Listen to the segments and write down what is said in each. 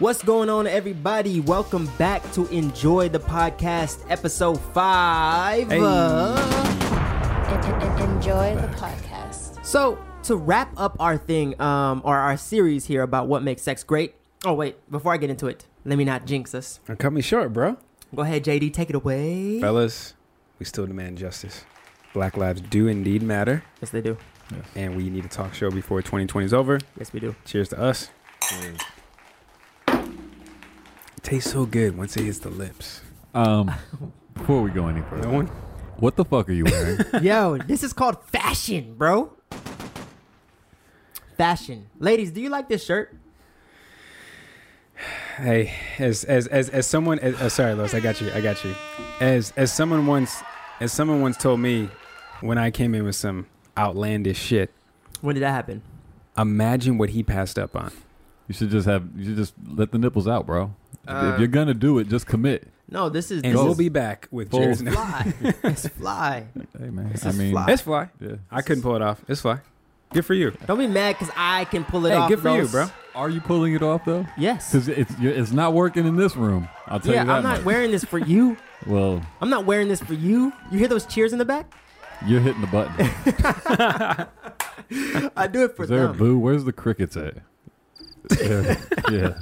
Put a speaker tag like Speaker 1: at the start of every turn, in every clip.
Speaker 1: What's going on, everybody? Welcome back to Enjoy the Podcast, episode five.
Speaker 2: Hey.
Speaker 1: Uh,
Speaker 3: En- en- en- enjoy the podcast.
Speaker 1: so, to wrap up our thing, um, or our series here about what makes sex great. Oh, wait, before I get into it, let me not jinx us.
Speaker 2: Now cut me short, bro.
Speaker 1: Go ahead, JD, take it away.
Speaker 2: Fellas, we still demand justice. Black lives do indeed matter,
Speaker 1: Yes, they do.
Speaker 2: and we need a talk show before 2020 is over.
Speaker 1: Yes, we do.
Speaker 2: Cheers to us. It tastes so good once it hits the lips.
Speaker 4: Um, before we go any
Speaker 2: No
Speaker 4: further,
Speaker 2: one?
Speaker 4: what the fuck are you wearing?
Speaker 1: Yo, this is called fashion, bro. Fashion. Ladies, do you like this shirt?
Speaker 2: Hey, as as as as someone, as, uh, sorry, Los, I got you, I got you. As as someone once, as someone once told me, when I came in with some outlandish shit,
Speaker 1: When did that happen?
Speaker 2: imagine what he passed up on.
Speaker 4: you should just have you should just let the nipples out, bro.
Speaker 1: Uh,
Speaker 4: if you're gonna do it, just commit.
Speaker 1: No, this is.
Speaker 2: And
Speaker 1: this
Speaker 2: we'll
Speaker 1: is
Speaker 2: be back with
Speaker 4: Full-
Speaker 2: Cheers. No,
Speaker 1: fly. it's fly.
Speaker 4: Hey man,
Speaker 1: This
Speaker 4: I
Speaker 1: is
Speaker 4: mean,
Speaker 1: fly.
Speaker 2: it's fly.
Speaker 4: yeah.
Speaker 2: I couldn't pull it off. It's fly. Good for you.
Speaker 1: Don't be mad because I can pull it
Speaker 2: Hey,
Speaker 1: off.
Speaker 2: good for you,
Speaker 1: Los.
Speaker 2: bro.
Speaker 4: Are you pulling it off though?
Speaker 1: Yes.
Speaker 4: Because it's you're- it's not working in this room. I'll tell
Speaker 1: Yeah,
Speaker 4: you that.
Speaker 1: I'm not
Speaker 4: much.
Speaker 1: wearing this for you.
Speaker 4: well,
Speaker 1: I'm not wearing this for you. You hear those cheers in the back?
Speaker 4: you're hitting the button.
Speaker 1: I do it for
Speaker 4: Is there a
Speaker 1: them.
Speaker 4: boo? Where's the crickets at? yeah, yeah.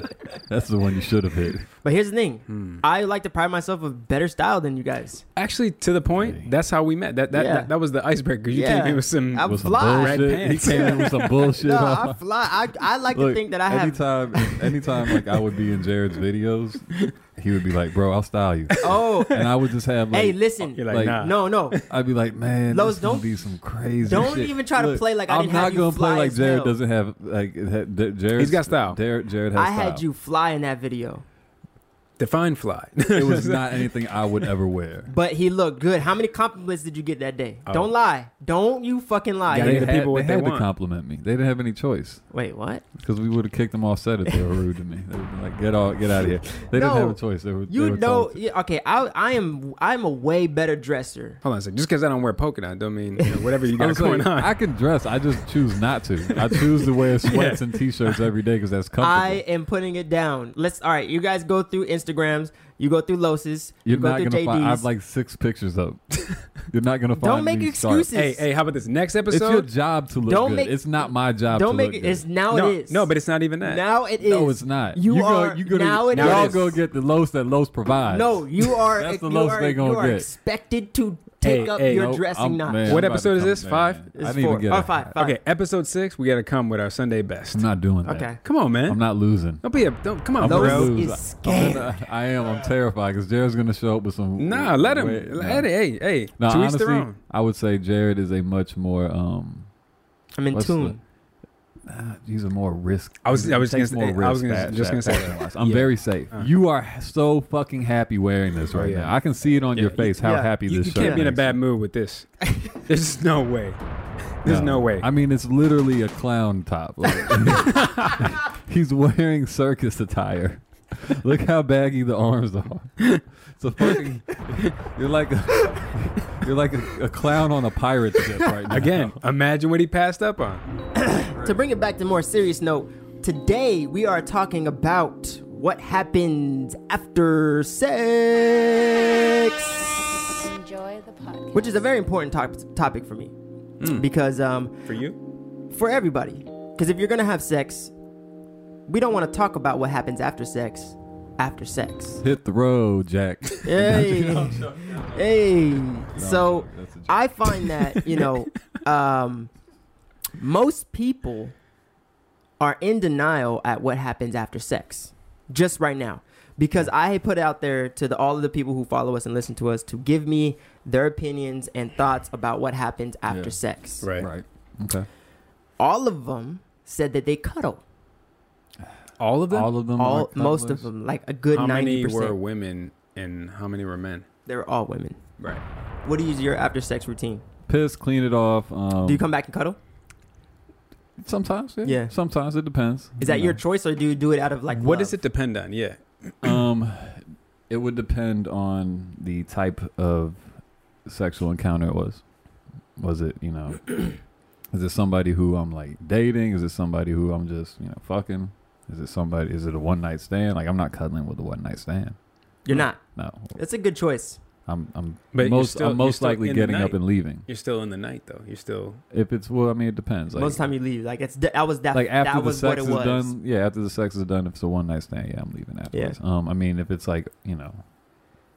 Speaker 4: that's the one you should have hit.
Speaker 1: But here's the thing. I like to pride myself of better style than you guys.
Speaker 2: Hmm. Actually, to the point,
Speaker 4: Hey.
Speaker 2: that's how we met. That that,
Speaker 1: Yeah.
Speaker 2: that, that was the icebreaker. You
Speaker 1: Yeah.
Speaker 2: came in with some.
Speaker 1: I'm
Speaker 4: With some
Speaker 1: fly.
Speaker 2: Red
Speaker 4: bullshit. He
Speaker 2: pants.
Speaker 4: came in with some bullshit.
Speaker 1: No,
Speaker 4: on.
Speaker 1: I fly. I, I like to
Speaker 4: Look,
Speaker 1: think that I have.
Speaker 4: anytime, anytime like I would be in Jared's videos, he would be like, "Bro, I'll style you,"
Speaker 1: Oh,
Speaker 4: and I would just have like,
Speaker 1: hey, listen.
Speaker 2: You're like,
Speaker 4: Like,
Speaker 2: nah.
Speaker 1: no, no.
Speaker 4: I'd be like, "Man,
Speaker 1: Los,
Speaker 4: those don't
Speaker 1: don't-
Speaker 4: be some crazy."
Speaker 1: don't
Speaker 4: shit."
Speaker 1: even try to play like I
Speaker 4: I'm
Speaker 1: didn't
Speaker 4: not
Speaker 1: have you
Speaker 4: gonna
Speaker 1: fly
Speaker 4: play like
Speaker 1: as
Speaker 4: Jared
Speaker 1: hell.
Speaker 4: doesn't have like Jared.
Speaker 2: He's got style.
Speaker 4: Jared, Jared has
Speaker 1: I had
Speaker 4: style.
Speaker 1: you fly in that video,
Speaker 2: Define fly.
Speaker 4: It was not anything I would ever wear.
Speaker 1: but he looked good. How many compliments did you get that day?
Speaker 2: Oh.
Speaker 1: Don't lie. Don't you fucking lie.
Speaker 2: Gotta
Speaker 4: They
Speaker 2: give the
Speaker 4: had-
Speaker 2: people what
Speaker 4: they
Speaker 2: they
Speaker 4: had
Speaker 2: want.
Speaker 4: to compliment me. They didn't have any choice
Speaker 1: Wait, what?
Speaker 4: because we would have kicked them off set if they were rude to me. They would be like, "Get all, get out of here." They
Speaker 1: No.
Speaker 4: didn't have a choice. They were, they
Speaker 1: You
Speaker 4: were
Speaker 1: know,
Speaker 4: told to.
Speaker 1: yeah, okay. I, I am, I'm a way better dresser.
Speaker 2: Hold on a second. Just because I don't wear polka dot, don't mean you know, whatever you
Speaker 4: I
Speaker 2: got
Speaker 4: was like,
Speaker 2: going on.
Speaker 4: I can dress. I just choose not to. I choose to wear sweats
Speaker 2: Yeah.
Speaker 4: and t-shirts every day because that's comfortable.
Speaker 1: I am putting it down. Let's. All right, you guys go through Instagrams. You go through Loses.
Speaker 4: You're
Speaker 1: you go
Speaker 4: not
Speaker 1: through
Speaker 4: gonna
Speaker 1: JDs.
Speaker 4: find. I have like six pictures up. You're not gonna find.
Speaker 1: Don't make
Speaker 4: me
Speaker 1: excuses.
Speaker 4: Sharp.
Speaker 2: hey, hey, how about this next
Speaker 4: It's your
Speaker 2: episode?
Speaker 4: job to look
Speaker 1: Don't
Speaker 4: good.
Speaker 1: make-
Speaker 4: it's not my job.
Speaker 1: Don't
Speaker 4: to
Speaker 1: make
Speaker 4: look
Speaker 1: it.
Speaker 4: Good.
Speaker 1: It's now
Speaker 2: no,
Speaker 1: it is.
Speaker 2: no, but it's not even that.
Speaker 1: now it is.
Speaker 4: no, it's not.
Speaker 1: You,
Speaker 4: go-
Speaker 1: are
Speaker 4: you go to-
Speaker 1: now it
Speaker 2: now
Speaker 4: y'all
Speaker 2: it is.
Speaker 4: go get the los that los provides.
Speaker 1: No, you are.
Speaker 4: That's the
Speaker 1: you
Speaker 4: lowest
Speaker 1: are,
Speaker 4: they gonna
Speaker 1: you are
Speaker 4: get.
Speaker 1: expected to take
Speaker 2: Hey,
Speaker 1: up
Speaker 2: hey,
Speaker 1: your
Speaker 4: Nope,
Speaker 1: dressing
Speaker 4: I'm-
Speaker 1: notch.
Speaker 4: man,
Speaker 2: What
Speaker 4: I'm about
Speaker 2: episode
Speaker 4: to
Speaker 2: is
Speaker 4: come-
Speaker 2: this? Five?
Speaker 4: man,
Speaker 1: It's
Speaker 4: I didn't
Speaker 1: four.
Speaker 4: even get.
Speaker 1: Or
Speaker 4: a-
Speaker 1: five.
Speaker 2: Okay, episode six, we got to come with our Sunday best.
Speaker 4: I'm not doing that.
Speaker 1: Okay.
Speaker 2: Come on, man.
Speaker 4: I'm not losing.
Speaker 2: Don't be a. Don't come on,
Speaker 1: Those
Speaker 2: bro.
Speaker 1: is
Speaker 4: I'm
Speaker 1: scared.
Speaker 4: gonna- I am. I'm terrified because Jared's gonna show up with some.
Speaker 2: Nah, let him.
Speaker 4: Wait, no.
Speaker 2: Let it, hey, hey.
Speaker 4: No,
Speaker 2: to each their
Speaker 4: honestly,
Speaker 2: own.
Speaker 4: I would say Jared is a much more um,
Speaker 1: I'm in
Speaker 4: What's the-
Speaker 1: tune.
Speaker 4: uh, he's a more risk.
Speaker 2: I was- I was
Speaker 4: he takes
Speaker 2: just gonna say-
Speaker 4: more
Speaker 2: I was
Speaker 4: risk
Speaker 2: gonna-
Speaker 4: that-
Speaker 2: just gonna
Speaker 4: that-
Speaker 2: say that.
Speaker 4: I'm
Speaker 2: Yeah.
Speaker 4: very safe.
Speaker 2: Uh.
Speaker 4: You are so fucking happy wearing this
Speaker 2: Oh,
Speaker 4: right
Speaker 2: yeah.
Speaker 4: now. I can see it on
Speaker 2: Yeah,
Speaker 4: your
Speaker 2: you-
Speaker 4: face how
Speaker 1: yeah.
Speaker 4: happy
Speaker 2: You,
Speaker 4: this
Speaker 2: you
Speaker 4: shirt
Speaker 2: can't be in a
Speaker 4: makes
Speaker 2: bad
Speaker 4: you.
Speaker 2: mood with this. There's no way. There's no, way.
Speaker 4: I mean, it's literally a clown top. Like, he's wearing circus attire. Look how baggy the arms are. It's a fucking. You're like a, you're like a, a clown on a pirate ship right now.
Speaker 2: Again, imagine what he passed up on.
Speaker 1: To bring it back to more serious note, today we are talking about what happens after sex.
Speaker 3: Enjoy the podcast.
Speaker 1: which is a very important top- topic for me because um,
Speaker 2: For you?
Speaker 1: for everybody because if you're gonna have sex we don't want to talk about what happens after sex after sex
Speaker 4: hit the road, Jack.
Speaker 1: hey hey so
Speaker 4: that's a joke.
Speaker 1: i find that you know um, most people are in denial at what happens after sex just right now because i put out there to the, all of the people who follow us and listen to us to give me their opinions and thoughts about what happens after
Speaker 4: Yeah.
Speaker 1: sex
Speaker 2: Right.
Speaker 4: Right. Okay.
Speaker 1: all of them said that they cuddle
Speaker 2: All of them?
Speaker 4: All of them.
Speaker 1: all
Speaker 4: are
Speaker 1: most of
Speaker 4: cuddlers?
Speaker 1: them like a good
Speaker 2: how
Speaker 1: 90%
Speaker 2: many were women and how many were men?
Speaker 1: they were all women
Speaker 2: Right.
Speaker 1: what is your after sex routine
Speaker 4: Piss, clean it off. Um,
Speaker 1: do you come back and cuddle
Speaker 4: Sometimes, yeah.
Speaker 1: Yeah.
Speaker 4: Sometimes it depends.
Speaker 1: is that
Speaker 4: you
Speaker 1: your
Speaker 4: know.
Speaker 1: choice or do you do it out of like
Speaker 2: what
Speaker 1: love?
Speaker 2: does it depend on? Yeah.
Speaker 4: um? It would depend on the type of sexual encounter it was. Was it you know? is it somebody who I'm like dating? Is it somebody who I'm just you know fucking? Is it somebody? Is it a one night stand? Like I'm not cuddling with a one night stand.
Speaker 1: You're not.
Speaker 4: No,
Speaker 1: That's a good choice.
Speaker 4: I'm I'm
Speaker 2: But you're
Speaker 4: most
Speaker 2: still-
Speaker 4: I'm
Speaker 2: you're
Speaker 4: most
Speaker 2: still
Speaker 4: likely
Speaker 2: in the
Speaker 4: getting up
Speaker 2: night.
Speaker 4: and leaving.
Speaker 2: You're still in the night though. You're still
Speaker 4: If it's well, I mean it depends. Like,
Speaker 1: Most of the time you leave. Like it's that was that.
Speaker 4: like after
Speaker 1: that
Speaker 4: the
Speaker 1: was
Speaker 4: sex
Speaker 1: what
Speaker 4: is
Speaker 1: it was.
Speaker 4: done, yeah. After the sex is done, if it's a one night stand, yeah, I'm leaving afterwards. Um, I mean, if it's like you know,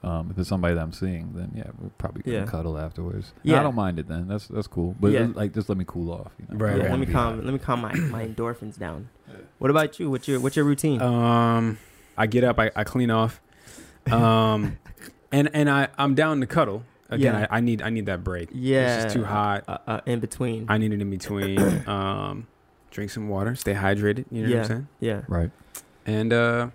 Speaker 4: um, if it's somebody that I'm seeing, then yeah, we're probably gonna
Speaker 1: Yeah.
Speaker 4: cuddle afterwards. Yeah,
Speaker 1: Yeah.
Speaker 4: I don't mind it then. That's that's cool. But
Speaker 1: Yeah.
Speaker 4: it- like, just let me cool off. You know?
Speaker 2: Right,
Speaker 4: I
Speaker 1: Yeah, let
Speaker 2: right.
Speaker 4: don't wanna
Speaker 1: me
Speaker 4: be
Speaker 1: calm.
Speaker 4: hot.
Speaker 1: Let me calm my, my endorphins down. What about you? What's your what's your routine?
Speaker 2: Um, I get up, I, I clean off, um, and and I I'm down to cuddle again.
Speaker 1: Yeah.
Speaker 2: I, I need I need that break.
Speaker 1: yeah,
Speaker 2: it's just too hot.
Speaker 1: Uh, uh, in between.
Speaker 2: I need it in between. Um, drink some water, stay hydrated. You know what I'm saying?
Speaker 1: yeah,
Speaker 4: Right.
Speaker 2: And uh,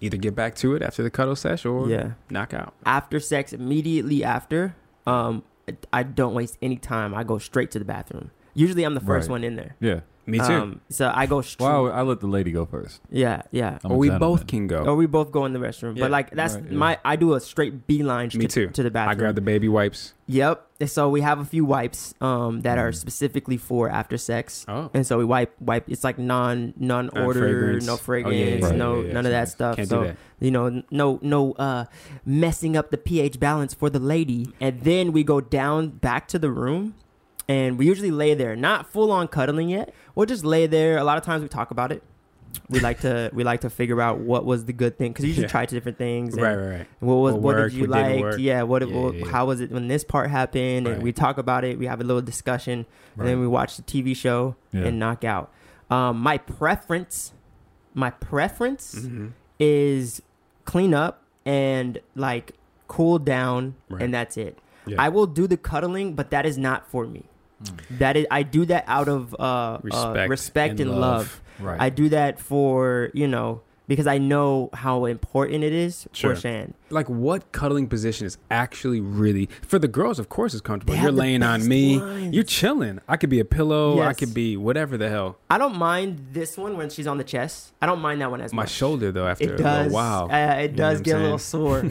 Speaker 2: either get back to it after the cuddle sesh or
Speaker 1: yeah.
Speaker 2: knock out.
Speaker 1: After sex, immediately after, um, I- I don't waste any time. I go straight to the bathroom. Usually, I'm the first
Speaker 4: Right.
Speaker 1: one in there.
Speaker 4: Yeah.
Speaker 2: Me too.
Speaker 1: Um, so I go straight.
Speaker 4: Wow. I let the lady go first.
Speaker 1: Yeah, yeah.
Speaker 4: I'm
Speaker 2: or
Speaker 4: a
Speaker 2: we
Speaker 4: gentleman.
Speaker 2: both can go.
Speaker 1: Or we both go in the restroom.
Speaker 2: Oh. Yeah.
Speaker 1: But like that's
Speaker 4: Right, yeah.
Speaker 1: my. I do a straight beeline.
Speaker 2: Me
Speaker 1: to,
Speaker 2: too.
Speaker 1: To the bathroom.
Speaker 2: I grab the baby wipes.
Speaker 1: Yep. And so we have a few wipes um, that are
Speaker 2: Mm-hmm.
Speaker 4: Mm.
Speaker 1: specifically for after sex.
Speaker 2: Oh,
Speaker 1: And so we wipe, wipe. It's like non, non order,
Speaker 2: fragrance.
Speaker 1: no
Speaker 2: Oh, yeah,
Speaker 1: fragrance,
Speaker 2: yeah,
Speaker 4: yeah,
Speaker 1: no
Speaker 2: yeah, yeah.
Speaker 1: none of that stuff.
Speaker 2: can't
Speaker 1: so
Speaker 2: do that.
Speaker 1: you know, n- no, no, uh, messing up the pH balance for the lady. And then we go down back to the room, and we usually lay there, not full on cuddling yet. We'll just lay there. A lot of times we talk about it. We like to we like to figure out what was the good thing because you usually
Speaker 2: Yeah.
Speaker 1: try two different things. and
Speaker 2: Right, right, right.
Speaker 1: what was
Speaker 2: What
Speaker 1: what,
Speaker 2: worked,
Speaker 1: did you
Speaker 2: what didn't
Speaker 1: like?
Speaker 2: work.
Speaker 1: Yeah, what,
Speaker 2: Yeah,
Speaker 1: what
Speaker 2: yeah, yeah.
Speaker 1: how was it when this part happened?
Speaker 2: Right.
Speaker 1: And we talk about it. We have a little discussion, and then we watch the TV show
Speaker 4: Yeah.
Speaker 1: and knock out. Um, my preference, my preference
Speaker 2: Mhm.
Speaker 1: Uh, is clean up and like cool down,
Speaker 2: Right.
Speaker 1: and that's it.
Speaker 2: Yeah.
Speaker 1: I will do the cuddling, but that is not for me. That is, I do that out of uh, respect, uh,
Speaker 2: Mm. Respect
Speaker 1: respect and,
Speaker 2: and
Speaker 1: love.
Speaker 2: love.
Speaker 4: Right.
Speaker 1: I do that for you know because I know how important it is
Speaker 2: Sure.
Speaker 1: for Shan.
Speaker 2: Like what cuddling position is actually really for the girls? Of course, it's comfortable.
Speaker 1: They
Speaker 2: You're
Speaker 1: have the
Speaker 2: laying on
Speaker 1: best
Speaker 2: me.
Speaker 1: lines.
Speaker 2: You're chilling. I could be a pillow. I
Speaker 1: Yes.
Speaker 2: could be whatever the hell.
Speaker 1: I don't mind this one when she's on the chest. I don't mind that one as
Speaker 2: My
Speaker 1: much.
Speaker 2: shoulder though, after
Speaker 1: It
Speaker 2: a
Speaker 1: does.
Speaker 2: little while,
Speaker 1: Uh, it
Speaker 2: know
Speaker 1: does
Speaker 2: what I'm
Speaker 1: get a little
Speaker 2: saying?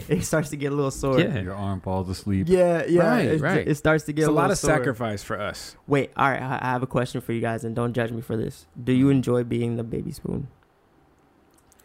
Speaker 1: sore. it starts to get a little sore.
Speaker 2: Yeah.
Speaker 4: Your arm falls asleep.
Speaker 1: Yeah, yeah.
Speaker 2: Right,
Speaker 1: it,
Speaker 2: right.
Speaker 1: It starts to get
Speaker 2: it's
Speaker 1: a,
Speaker 2: a lot
Speaker 1: little
Speaker 2: of
Speaker 1: sore.
Speaker 2: sacrifice for us.
Speaker 1: Wait, all right. I I have a question for you guys, and don't judge me for this. Do
Speaker 2: Mm-hmm.
Speaker 1: you enjoy being the baby spoon?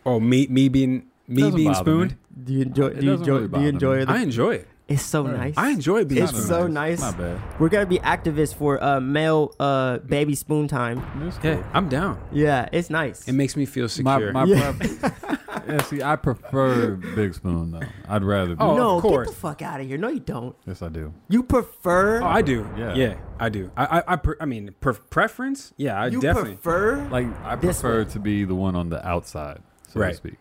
Speaker 2: Oh, me, me being me
Speaker 4: Doesn't
Speaker 2: being
Speaker 4: bother me.
Speaker 2: spooned.
Speaker 1: Do you enjoy?
Speaker 4: It
Speaker 1: do you
Speaker 4: doesn't
Speaker 1: enjoy?
Speaker 4: really
Speaker 1: do you
Speaker 4: bother
Speaker 1: enjoy?
Speaker 4: me.
Speaker 1: The,
Speaker 2: I enjoy it.
Speaker 1: it's so
Speaker 4: Right.
Speaker 1: nice.
Speaker 2: I enjoy being
Speaker 1: It's
Speaker 2: spooned.
Speaker 1: so nice.
Speaker 4: Not bad.
Speaker 1: We're gonna be activists for uh, male uh, baby spoon time.
Speaker 4: It's cool.
Speaker 2: Yeah, I'm down.
Speaker 1: Yeah, it's nice.
Speaker 2: It makes me feel
Speaker 4: My,
Speaker 2: secure.
Speaker 4: my
Speaker 1: Yeah.
Speaker 4: pref- yeah, see, I prefer Big Spoon though. I'd rather. Be,
Speaker 2: Oh,
Speaker 1: no,
Speaker 2: of
Speaker 1: get
Speaker 2: course.
Speaker 1: the fuck out of here. No, you don't.
Speaker 4: yes, I do.
Speaker 1: You prefer.
Speaker 2: oh, I do.
Speaker 4: Yeah.
Speaker 2: Yeah, I do. I, I, I, pre- I mean, pre- preference. Yeah, I
Speaker 1: you
Speaker 2: definitely.
Speaker 1: prefer.
Speaker 4: Like I
Speaker 1: This
Speaker 4: prefer
Speaker 1: way.
Speaker 4: to be the one on the outside, so to
Speaker 2: Right.
Speaker 4: speak.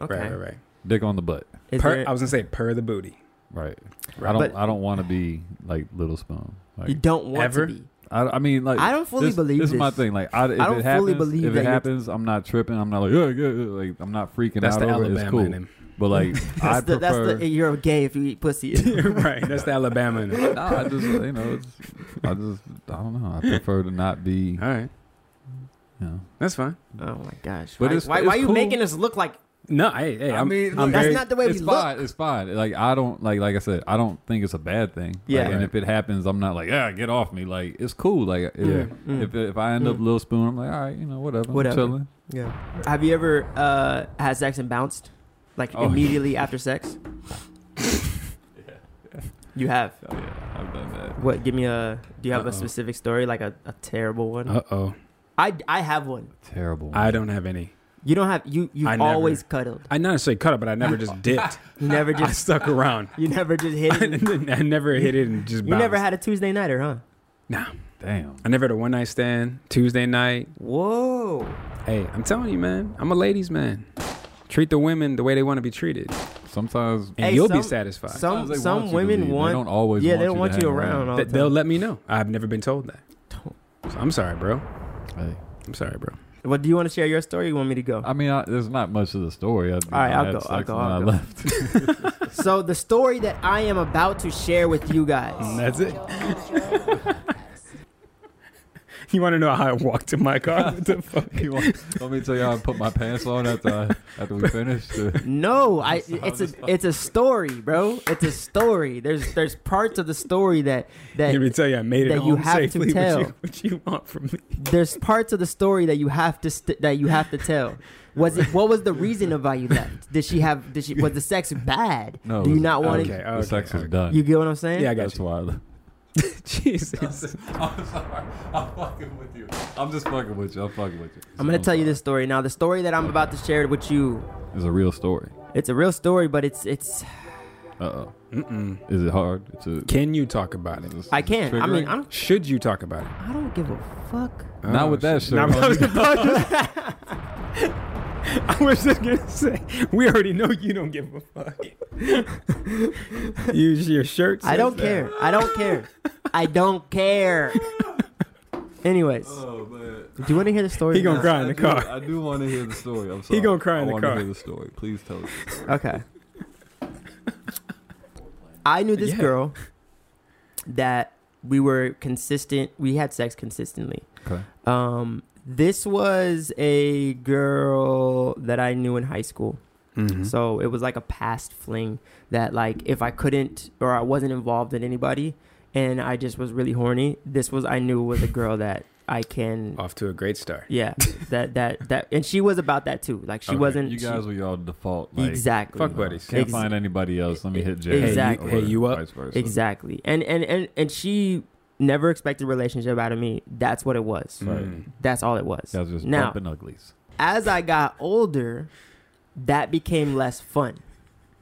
Speaker 1: okay.
Speaker 2: Right, right, right.
Speaker 4: Dick on the butt.
Speaker 1: Is
Speaker 2: Per,
Speaker 1: there-
Speaker 2: I was gonna say per the booty.
Speaker 4: Right. I don't.
Speaker 1: But-
Speaker 4: I don't want to be like Little Spoon. Like,
Speaker 1: you don't want
Speaker 2: Ever?
Speaker 1: to be.
Speaker 4: I, I mean, like
Speaker 1: I don't fully
Speaker 4: this,
Speaker 1: believe
Speaker 4: this is my
Speaker 1: this.
Speaker 4: thing. Like, I, if
Speaker 1: don't
Speaker 4: it
Speaker 1: fully
Speaker 4: happens,
Speaker 1: believe
Speaker 4: if
Speaker 1: that
Speaker 4: it
Speaker 1: you're-
Speaker 4: happens, I'm not tripping. I'm not like, yeah, yeah, yeah," like I'm not freaking
Speaker 2: That's
Speaker 4: out
Speaker 2: the
Speaker 4: over it. It's
Speaker 2: Alabama
Speaker 4: cool.
Speaker 2: in him.
Speaker 4: But like, I
Speaker 1: That's the, that's
Speaker 4: prefer.
Speaker 1: the you're gay if you eat pussy.
Speaker 2: right. That's the Alabama in him.
Speaker 4: nah, I just you know, it's, I just I don't know. I prefer to not be.
Speaker 2: All right,
Speaker 4: You know.
Speaker 2: that's fine.
Speaker 1: oh my gosh!
Speaker 4: But
Speaker 1: why
Speaker 4: it's-
Speaker 1: why,
Speaker 4: it's
Speaker 1: why you
Speaker 4: cool.
Speaker 1: making us look like
Speaker 2: No, hey, hey. I'm, I'm
Speaker 1: look, that's
Speaker 2: very,
Speaker 1: not the way we
Speaker 4: it's fine. It's fine. Like I don't like like I said, I don't think it's a bad thing. Like,
Speaker 1: Yeah.
Speaker 4: and if it happens, I'm not like yeah, get off me. Like it's cool. Like if,
Speaker 1: Mm.
Speaker 4: if if I end up
Speaker 1: Mm.
Speaker 4: little spoon, I'm like all right, you know whatever. I'm
Speaker 1: Whatever.
Speaker 4: chilling.
Speaker 1: Yeah. Have you ever uh, had sex and bounced, like
Speaker 4: Oh,
Speaker 1: immediately after sex? You have.
Speaker 4: Oh yeah, I've done that.
Speaker 1: What? Give me a. Do you have
Speaker 2: Uh-oh.
Speaker 1: a specific story, like a, a terrible one?
Speaker 2: Uh oh.
Speaker 1: I I have one.
Speaker 4: Terrible.
Speaker 2: I don't have any.
Speaker 1: You don't have you. You
Speaker 2: I
Speaker 1: have
Speaker 2: never-
Speaker 1: always cuddled.
Speaker 2: I not necessarily cut it, but I never just dipped.
Speaker 1: You never
Speaker 2: I
Speaker 1: just.
Speaker 2: stuck around.
Speaker 1: you never just hit.
Speaker 2: I
Speaker 1: It. and-
Speaker 2: never hit it and just.
Speaker 1: You never
Speaker 2: bounced.
Speaker 1: had a Tuesday nighter, huh?
Speaker 2: Nah,
Speaker 4: Damn.
Speaker 2: I never had a one night stand. Tuesday night.
Speaker 1: Whoa.
Speaker 2: Hey, I'm telling you, man. I'm a ladies' man. Treat the women the way they want to be treated,
Speaker 4: Sometimes.
Speaker 2: and
Speaker 1: Hey,
Speaker 2: you'll
Speaker 1: some-
Speaker 2: be satisfied.
Speaker 1: Some
Speaker 4: sometimes they want
Speaker 1: some
Speaker 4: you to leave.
Speaker 1: women
Speaker 4: They
Speaker 1: want.
Speaker 4: don't always.
Speaker 1: yeah,
Speaker 4: want
Speaker 1: they don't
Speaker 4: you
Speaker 1: want
Speaker 4: to
Speaker 1: you
Speaker 4: hang
Speaker 1: around. all the
Speaker 2: Th- they'll
Speaker 1: time.
Speaker 2: let me know. I've never been told that.
Speaker 1: Don't-
Speaker 2: So I'm sorry, bro.
Speaker 4: Hey.
Speaker 2: I'm sorry, bro.
Speaker 1: What do you want to share your story? or You want me to go?
Speaker 4: I mean, I, there's not much of the story. I, all
Speaker 1: right, I'll
Speaker 4: had
Speaker 1: go, I'll
Speaker 4: sex
Speaker 1: go,
Speaker 4: and
Speaker 1: I'll
Speaker 4: I
Speaker 1: go.
Speaker 4: left.
Speaker 1: So the story that I am Oh, about to share with you guys.
Speaker 2: That's it.
Speaker 3: Enjoy the podcast.
Speaker 2: You want to know how I walked to my car? What the fuck?
Speaker 4: You want, want me to tell you how I put my pants on after I, after we finished?
Speaker 1: No, I it's a it's a story, bro. It's a story. There's there's parts of the story that that
Speaker 2: Let me tell you, I made it
Speaker 1: that
Speaker 2: home
Speaker 1: you have to
Speaker 2: safely. What you-
Speaker 1: tell.
Speaker 2: What, you, want from me?
Speaker 1: there's parts of the story that you have to st- that you have to tell. Was it what was the reason of why you left? Did she have did she was the sex bad?
Speaker 4: No,
Speaker 1: Do
Speaker 4: it
Speaker 1: you
Speaker 4: was-
Speaker 1: not want
Speaker 2: okay,
Speaker 1: it?
Speaker 4: the sex
Speaker 2: okay.
Speaker 4: is done.
Speaker 1: You get what I'm saying?
Speaker 2: Yeah, I got
Speaker 4: That's
Speaker 2: you.
Speaker 4: why. I-
Speaker 2: Jesus.
Speaker 4: I'm sorry. I'm fucking with you. I'm just fucking with you. I'm fucking with you.
Speaker 1: I'm gonna tell you this story now. The story that I'm about to share with you,
Speaker 4: It's a real story.
Speaker 1: it's a real story, but it's it's
Speaker 4: Uh oh.
Speaker 2: Mm-mm.
Speaker 4: Is it hard? It's a,
Speaker 2: Can you talk about it?
Speaker 1: I can't. I mean,
Speaker 4: triggering?
Speaker 1: I'm
Speaker 2: Should you talk about it? Oh,
Speaker 1: I don't give a fuck.
Speaker 4: Not with that
Speaker 2: shit.
Speaker 4: shirt
Speaker 2: Not-
Speaker 4: on.
Speaker 2: I was about to- I was just gonna say, we already know you don't give a fuck. Use your shirt.
Speaker 1: I
Speaker 2: says
Speaker 1: don't
Speaker 2: that.
Speaker 1: care. I don't care. I don't care. Anyways, do
Speaker 4: Oh man.
Speaker 1: you want to hear the story?
Speaker 2: He
Speaker 1: or not?
Speaker 2: gonna cry in
Speaker 4: I
Speaker 2: the
Speaker 4: do-
Speaker 2: car.
Speaker 4: I do want to hear the story. I'm sorry.
Speaker 2: gonna cry in
Speaker 4: I
Speaker 2: the
Speaker 4: wanna
Speaker 2: car.
Speaker 4: Hear the story. Please tell us. the story.
Speaker 1: Okay. I knew this
Speaker 2: Yeah.
Speaker 1: girl that we were consistent. We had sex consistently.
Speaker 4: Okay.
Speaker 1: Um, this was a girl that I knew in high school.
Speaker 2: Mm-hmm.
Speaker 4: Mm-hmm.
Speaker 1: So it was like a past fling that like if I couldn't or I wasn't involved in anybody and I just was really horny, this was I knew was a girl that I can
Speaker 4: Oh.
Speaker 2: Off to a great start.
Speaker 1: yeah, that that that and she was about that too. Like she
Speaker 2: Okay,
Speaker 1: wasn't
Speaker 4: You
Speaker 1: she-
Speaker 4: guys were y'all default. Like,
Speaker 1: exactly.
Speaker 2: Fuck buddies.
Speaker 4: Can't
Speaker 1: Ex-
Speaker 4: find anybody else. Let me hit Jay.
Speaker 1: Exactly.
Speaker 2: Hey, you- hey, you up?
Speaker 4: Vice versa.
Speaker 1: Exactly. And and and and she never expected a relationship out of me. That's what it was.
Speaker 4: Sorry.
Speaker 2: Mm.
Speaker 1: That's all it was.
Speaker 4: Y'all just
Speaker 1: Now-
Speaker 4: bumping uglies.
Speaker 1: As I got older, that became less fun.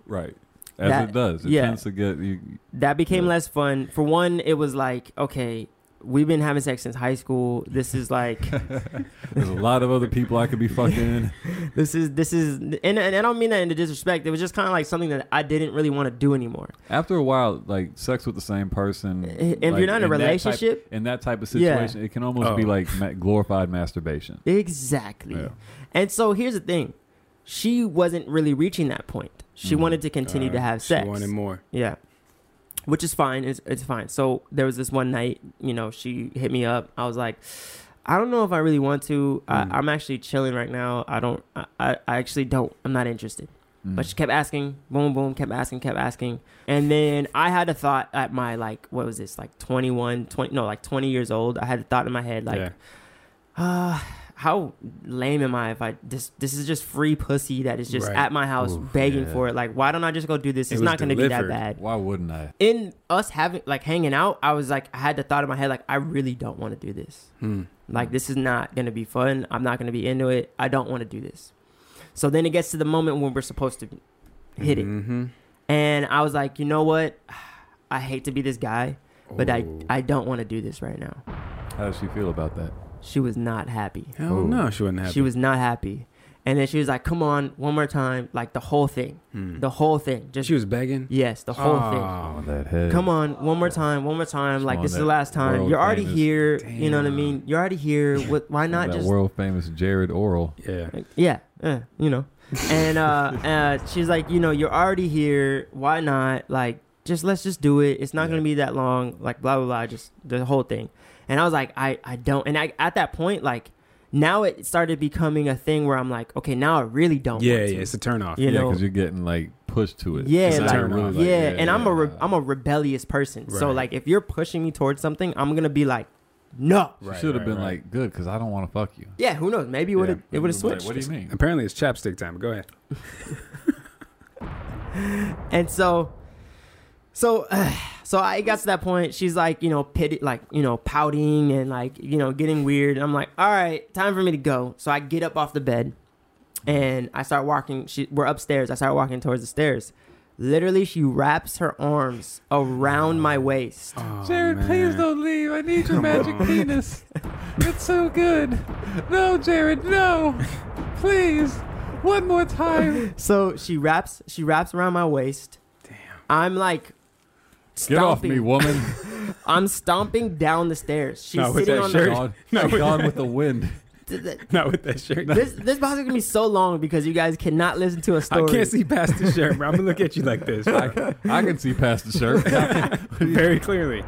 Speaker 4: Right. As
Speaker 1: That-
Speaker 4: it does. It
Speaker 1: yeah.
Speaker 4: tends to get you.
Speaker 1: that became
Speaker 4: Yeah.
Speaker 1: less fun. For one, it was like, okay, we've been having sex since high school. This is like,
Speaker 4: There's a lot of other people I could be fucking.
Speaker 1: this is this is, and, and I don't mean that in a disrespect. It was just kind of like something that I didn't really want to do anymore.
Speaker 4: After a while, like sex with the same person.
Speaker 1: If
Speaker 4: Mm. like,
Speaker 1: you're not in a
Speaker 4: that type-
Speaker 1: relationship,
Speaker 4: in that type of
Speaker 1: Yeah.
Speaker 4: situation, it can almost be
Speaker 2: Oh.
Speaker 4: like ma- glorified masturbation.
Speaker 1: exactly.
Speaker 4: Yeah.
Speaker 1: And so here's the thing, she wasn't really reaching that point. She
Speaker 4: Mhm.
Speaker 1: wanted to continue to
Speaker 2: Alright,
Speaker 1: have
Speaker 2: she
Speaker 1: sex.
Speaker 2: wanted more.
Speaker 1: Yeah. Which is fine. It's, it's fine. So there was this one night, you know, she hit me up. I was like, I don't know if I really want to.
Speaker 2: Mm.
Speaker 1: I, I'm actually chilling right now. I don't, I, I, I actually don't, I'm not interested.
Speaker 4: Mm.
Speaker 1: But she kept asking, boom, boom, kept asking, kept asking. And then I had a thought at my, like, what was this, like 21, 20, no, like 20 years old. I had a thought in my head, like,
Speaker 2: yeah.
Speaker 1: uh, how lame am I if I this this is just free pussy that is just
Speaker 2: Right.
Speaker 1: at my house
Speaker 4: Oof,
Speaker 1: begging
Speaker 4: yeah.
Speaker 1: for it. Like, why don't I just go do this?
Speaker 2: It
Speaker 1: it's
Speaker 2: was
Speaker 1: not going to be that
Speaker 2: delivered.
Speaker 1: bad
Speaker 4: Why wouldn't I?
Speaker 1: in us having like hanging out, I was like I had the thought in my head like I really don't want to do this.
Speaker 2: Hmm.
Speaker 1: Like this is not gonna be fun. I'm not gonna be into it. I don't want to do this. So then it gets to the moment when we're supposed to hit it,
Speaker 2: Mhm.
Speaker 1: and I was like, you know what? I hate to be this guy, but I
Speaker 2: Ooh.
Speaker 1: I don't want to do this right now.
Speaker 4: How does she feel about that?
Speaker 1: She was not happy.
Speaker 2: Hell
Speaker 4: Ooh.
Speaker 2: no, she wouldn't have.
Speaker 1: Oh. She was not happy, and then she was like, come on, one more time, like the whole thing, the whole thing, just
Speaker 2: Hmm. Mm. She was begging.
Speaker 1: yes, the whole thing.
Speaker 2: Oh,
Speaker 4: that head.
Speaker 1: Come on, one more time, one more time.
Speaker 4: Come
Speaker 1: like
Speaker 4: on,
Speaker 1: this is
Speaker 4: that
Speaker 1: the last time.
Speaker 4: world
Speaker 1: You're already
Speaker 4: famous-
Speaker 1: here. You know what I
Speaker 2: Damn.
Speaker 1: mean? You're already here. What? Why not
Speaker 4: that
Speaker 1: just?
Speaker 4: world famous Jared Oral.
Speaker 2: Yeah.
Speaker 1: like, yeah, eh, you know. And uh, uh, she's like, you know, you're already here. Why not? Like, just let's just do it. It's not
Speaker 2: Yeah.
Speaker 1: gonna be that long. Like, blah blah blah. Just the whole thing. And I was like, I I don't. And I at that point, like, now it started becoming a thing where I'm like, okay, now I really don't.
Speaker 2: Yeah,
Speaker 1: want to.
Speaker 2: yeah. It's a turnoff.
Speaker 1: You
Speaker 4: yeah,
Speaker 1: know-
Speaker 4: because you're getting like pushed to it.
Speaker 1: Yeah,
Speaker 4: It's
Speaker 1: like,
Speaker 4: not
Speaker 2: turn off.
Speaker 1: yeah,
Speaker 4: like,
Speaker 1: and I'm a re-
Speaker 4: yeah.
Speaker 1: I'm a rebellious person. So
Speaker 2: Right.
Speaker 1: like if you're pushing me towards something, I'm gonna be like, no.
Speaker 4: She
Speaker 2: Right,
Speaker 4: should have
Speaker 2: right,
Speaker 4: been
Speaker 2: right.
Speaker 4: like, good, because I don't want to fuck you.
Speaker 1: Yeah, who knows? Maybe it would have
Speaker 2: Yeah.
Speaker 1: it would have
Speaker 4: Like,
Speaker 1: switched.
Speaker 4: what do you mean?
Speaker 2: Apparently it's chapstick time. Go ahead.
Speaker 1: And so, so, so I got to that point. She's like, you know, pity, like you know, pouting and like you know, getting weird. And I'm like, all right, time for me to go. So I get up off the bed, and I start walking. She, we're upstairs. I start walking towards the stairs. Literally, she wraps her arms around my waist.
Speaker 2: Oh,
Speaker 4: Jared, please
Speaker 2: man.
Speaker 4: don't leave. I need
Speaker 2: Come
Speaker 4: your magic
Speaker 2: on.
Speaker 4: penis. It's so good. No, Jared, no. Please. One more time.
Speaker 1: So she wraps, she wraps around my waist. Damn. I'm like.
Speaker 4: Get off me,
Speaker 1: Stomping.
Speaker 4: woman.
Speaker 1: I'm stomping down the stairs. She's
Speaker 2: Not with
Speaker 1: sitting
Speaker 2: that
Speaker 1: on
Speaker 2: shirt.
Speaker 4: Gone,
Speaker 2: No.
Speaker 4: gone with the wind.
Speaker 1: the.
Speaker 2: Not with that shirt.
Speaker 1: This this podcast is gonna be so long because you guys cannot listen to a
Speaker 2: I
Speaker 1: story.
Speaker 2: can't see past the shirt, bro. I'm gonna look at you like this, bro.
Speaker 4: I, I can see past the shirt.
Speaker 2: very clearly.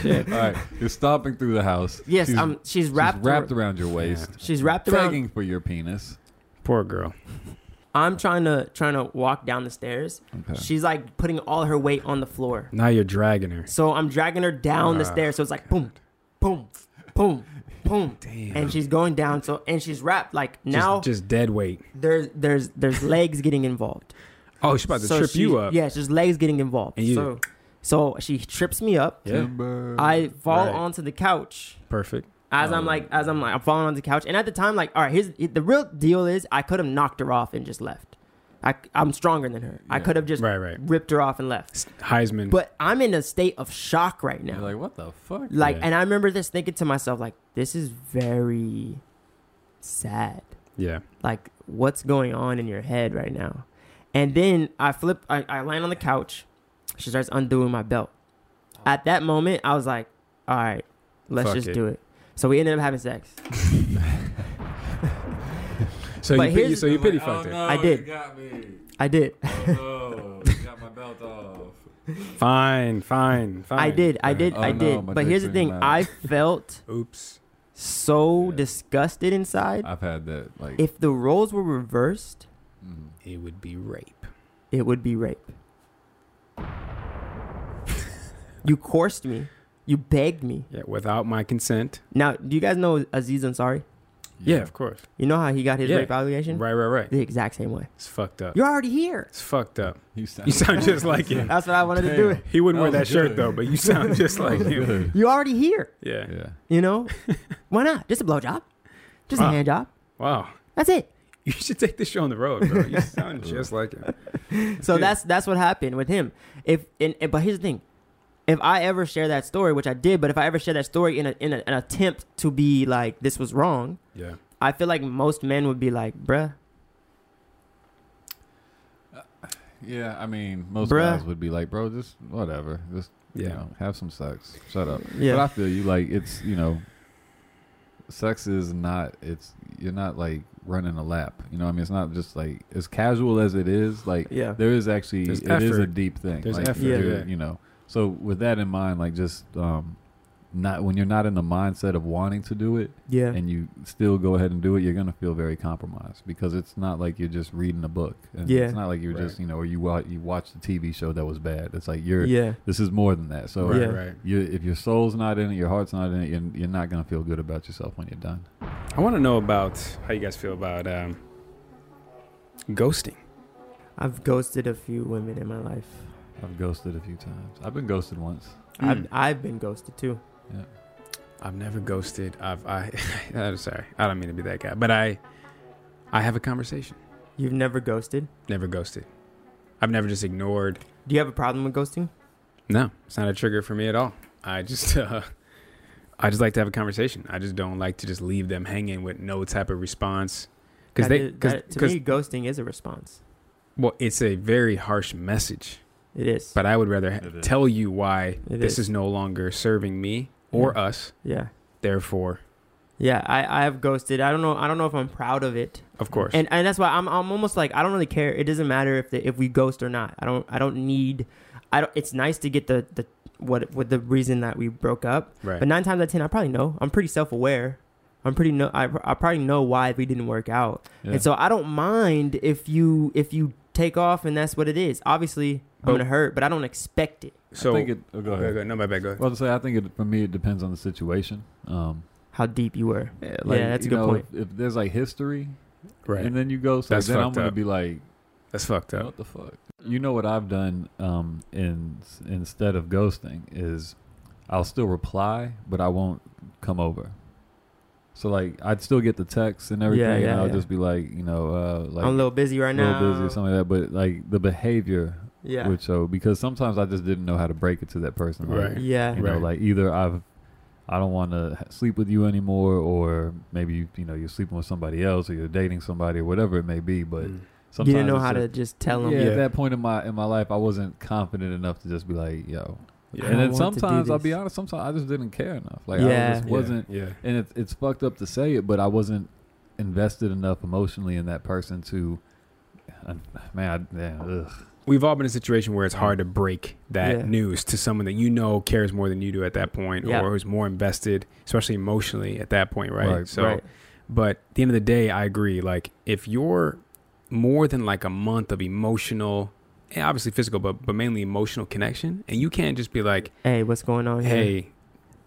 Speaker 2: Shit.
Speaker 4: All right, you're stomping through the house.
Speaker 1: Yes,
Speaker 4: she's,
Speaker 1: um, she's
Speaker 4: she's
Speaker 1: wrapped.
Speaker 4: wrapped
Speaker 1: ar-
Speaker 4: around your waist,
Speaker 1: She's wrapped around.
Speaker 4: begging for your penis.
Speaker 2: Poor girl.
Speaker 1: I'm trying to trying to walk down the stairs.
Speaker 4: Okay.
Speaker 1: She's like putting all her weight on the floor.
Speaker 2: Now you're dragging her.
Speaker 1: So I'm dragging her down the
Speaker 2: Ah,
Speaker 1: stairs. So it's like boom, boom, boom, boom,
Speaker 2: Damn.
Speaker 1: and she's going down. So and she's wrapped. Like
Speaker 2: Just-
Speaker 1: now
Speaker 2: just, dead weight.
Speaker 1: there's there's there's legs getting involved.
Speaker 2: Oh, she's about to
Speaker 1: So
Speaker 2: trip
Speaker 1: she-
Speaker 2: you up.
Speaker 1: Yeah, there's legs getting involved.
Speaker 2: And you-
Speaker 1: so so she trips me up.
Speaker 2: Yeah.
Speaker 4: Timber.
Speaker 1: I fall
Speaker 2: Right. Uh.
Speaker 1: onto the couch.
Speaker 2: Perfect.
Speaker 1: As I'm like, as I'm like, I'm falling on the couch, and at the time, like, all right, here's the real deal is I could have knocked her off and just left. I, I'm stronger than her. I
Speaker 4: Yeah.
Speaker 1: could have just
Speaker 2: Right, right.
Speaker 1: ripped her off and left.
Speaker 2: S- Heisman.
Speaker 1: But I'm in a state of shock right now.
Speaker 4: You're
Speaker 1: Like,
Speaker 4: like, what the fuck?
Speaker 2: Yeah.
Speaker 1: and I remember this thinking to myself, like, this is very sad.
Speaker 2: yeah.
Speaker 1: Like, what's going on in your head right now? And then I flip, I, I land on the couch. She starts undoing my belt. At that moment, I was like, all right, let's
Speaker 2: Fuck
Speaker 1: just
Speaker 2: it.
Speaker 1: do it. So we ended up having sex.
Speaker 2: So
Speaker 1: But
Speaker 2: you, pity,
Speaker 1: here's-
Speaker 2: so you pity fucked
Speaker 1: I did. you
Speaker 4: "Oh, got me.
Speaker 1: I did.
Speaker 4: Oh no, got my belt off.
Speaker 2: her. Fine, fine, fine.
Speaker 1: I did, I
Speaker 2: Fine.
Speaker 1: did,
Speaker 4: Oh,
Speaker 1: I
Speaker 4: no,
Speaker 1: did.
Speaker 4: my
Speaker 1: but
Speaker 4: dick's
Speaker 1: here's the
Speaker 4: in
Speaker 1: thing:
Speaker 4: your mouth.
Speaker 1: I felt
Speaker 2: Oops.
Speaker 1: so
Speaker 4: Yeah.
Speaker 1: disgusted inside.
Speaker 4: I've had that. Like,
Speaker 1: If the roles were reversed,
Speaker 4: mm.
Speaker 2: It would be rape.
Speaker 1: it would be rape. you coursed me. You begged me.
Speaker 2: Yeah, without my consent.
Speaker 1: Now, do you guys know Aziz Ansari?
Speaker 2: Yeah, of course.
Speaker 1: You know how he got his
Speaker 2: Yeah.
Speaker 1: rape allegation?
Speaker 2: Right, right, right.
Speaker 1: The exact same way.
Speaker 2: It's fucked up.
Speaker 1: You're already here.
Speaker 2: It's fucked up.
Speaker 4: You sound,
Speaker 2: You sound just like him.
Speaker 1: That's what I wanted to
Speaker 4: Damn.
Speaker 1: do.
Speaker 2: He wouldn't
Speaker 4: That
Speaker 2: wear that
Speaker 4: was
Speaker 2: shirt
Speaker 4: good.
Speaker 2: though, but you sound just like him.
Speaker 4: good.
Speaker 1: You're already here.
Speaker 2: Yeah.
Speaker 4: Yeah.
Speaker 1: You know? Why not? Just a blowjob. Just
Speaker 2: Wow.
Speaker 1: a hand job.
Speaker 2: Wow.
Speaker 1: That's it.
Speaker 2: You should take this show on the road, bro. You sound just like him.
Speaker 1: So that's that's what happened with him. If and, and- but here's the thing, if I ever share that story, which I did, but if I ever share that story in, a, in a, an attempt to be like this was wrong,
Speaker 2: Yeah.
Speaker 1: I feel like most men would be like, bruh,
Speaker 4: Yeah, I mean, most
Speaker 1: Bruh.
Speaker 4: guys would be like, "Bro, just whatever, just you
Speaker 2: Yeah.
Speaker 4: know, have some sex, shut up."
Speaker 1: Yeah.
Speaker 4: But I feel you, like it's you know, sex is not it's you're not like running a lap. You know, what I mean, it's not just like as casual as it is. Like,
Speaker 1: Yeah.
Speaker 4: there is actually
Speaker 2: There's
Speaker 4: it is a
Speaker 2: effort.
Speaker 4: deep thing.
Speaker 2: There's
Speaker 4: like,
Speaker 2: effort,
Speaker 1: Yeah.
Speaker 4: you're-
Speaker 2: yeah.
Speaker 4: You know, so with that in mind, like just um, not when you're not in the mindset of wanting to do it,
Speaker 1: yeah,
Speaker 4: and you still go ahead and do it, you're gonna feel very compromised because it's not like you're just reading a book. And
Speaker 1: Yeah.
Speaker 4: it's not like you're
Speaker 2: Right.
Speaker 4: just you know or you watch you watch the TV show that was bad. It's like you're
Speaker 1: yeah,
Speaker 4: this is more than that. So
Speaker 2: Right,
Speaker 1: Yeah.
Speaker 2: right.
Speaker 4: you if your soul's not in it, your heart's not in it, you're, you're not gonna feel good about yourself when you're done.
Speaker 2: I want to know about how you guys feel about um, ghosting.
Speaker 1: I've ghosted a few women in my life.
Speaker 4: I've ghosted a few times. I've been ghosted once.
Speaker 1: I've I've been ghosted too.
Speaker 2: I've never ghosted. I've I. I'm sorry. I don't mean to be that guy, but I. I have a conversation.
Speaker 1: You've never ghosted.
Speaker 2: Never ghosted. I've never just ignored.
Speaker 1: Do you have a problem with ghosting?
Speaker 2: No, it's not a trigger for me at all. I just. Uh, I just like to have a conversation. I just don't like to just leave them hanging with no type of response. Because
Speaker 1: That
Speaker 2: they,
Speaker 1: is-
Speaker 2: because
Speaker 1: that- to me, ghosting is a response.
Speaker 2: well, it's a very harsh message.
Speaker 1: It is.
Speaker 2: But I would rather ha-
Speaker 4: It is.
Speaker 2: tell you why
Speaker 1: It
Speaker 2: this
Speaker 1: is.
Speaker 2: is. no longer serving me or us.
Speaker 1: yeah,
Speaker 2: Therefore,
Speaker 1: yeah. I I have ghosted. I don't know. I don't know if I'm proud of it.
Speaker 2: of course,
Speaker 1: and and that's why I'm I'm almost like I don't really care. It doesn't matter if the, if we ghost or not. I don't I don't need. I don't. It's nice to get the the what what the reason that we broke up.
Speaker 2: right?
Speaker 1: But nine times out of ten, I probably know. I'm pretty self aware. I'm pretty no. I I probably know why we didn't work out.
Speaker 4: Yeah.
Speaker 1: And so I don't mind if you if you take off and that's what it is. Obviously,
Speaker 2: But-
Speaker 1: I'm gonna hurt, but I don't expect it.
Speaker 2: so
Speaker 4: I think it, oh, go
Speaker 2: Go,
Speaker 4: ahead.
Speaker 2: go, no, my bad. Go ahead.
Speaker 4: Well, to say I think it for me it depends on the situation. Um,
Speaker 1: How deep you were.
Speaker 4: yeah,
Speaker 1: that's a
Speaker 4: you
Speaker 1: good
Speaker 4: know,
Speaker 1: point.
Speaker 4: If, if there's like history,
Speaker 2: right.
Speaker 4: and then you go, so
Speaker 2: That's
Speaker 4: then I'm
Speaker 2: fucked
Speaker 4: gonna
Speaker 2: up.
Speaker 4: be like,
Speaker 2: That's fucked up.
Speaker 1: Mm.
Speaker 4: What the fuck? You know what I've done um, in instead of ghosting is I'll still reply, but I won't come over. So like I'd still get the texts and everything,
Speaker 1: yeah,
Speaker 4: and I'll
Speaker 1: yeah.
Speaker 4: just be like, you know, uh, like
Speaker 1: I'm a little busy right now.
Speaker 4: little busy or something like that. But like the behavior
Speaker 1: Yeah.
Speaker 4: would show because sometimes I just didn't know how to break it to that person. Like,
Speaker 2: Right.
Speaker 1: yeah.
Speaker 4: you know,
Speaker 2: Right.
Speaker 4: like either I've I don't want to sleep with you anymore, or maybe you, you know you're sleeping with somebody else, or you're dating somebody, or whatever it may be. But
Speaker 1: You
Speaker 2: Mm.
Speaker 4: sometimes
Speaker 1: didn't know
Speaker 4: it's
Speaker 1: how
Speaker 4: just-
Speaker 1: to just tell them.
Speaker 4: yeah,
Speaker 2: Yeah.
Speaker 4: at that point in my in my life, I wasn't confident enough to just be like, yo.
Speaker 2: Yeah.
Speaker 1: I
Speaker 4: and
Speaker 1: don't
Speaker 4: then
Speaker 1: want to do
Speaker 4: sometimes I'll be
Speaker 1: this.
Speaker 4: honest, sometimes I just didn't care enough. Like I
Speaker 1: Yeah.
Speaker 4: just
Speaker 2: Yeah,
Speaker 4: wasn't,
Speaker 2: Yeah.
Speaker 4: and it's it's fucked up to say it, but I wasn't invested enough emotionally in that person to I, man, I, yeah, ugh.
Speaker 2: We've all been in a situation where it's hard to break that
Speaker 1: Yeah.
Speaker 2: news to someone that you know cares more than you do at that point,
Speaker 1: Yeah.
Speaker 2: or who's more invested, especially emotionally at that point, right?
Speaker 4: Right,
Speaker 2: so,
Speaker 1: right.
Speaker 2: but at the end of the day, I agree. Like, if you're more than like a month of emotional, and obviously physical, but but mainly emotional connection, and you can't just be like,
Speaker 1: Hey, what's going on here?
Speaker 2: "Hey,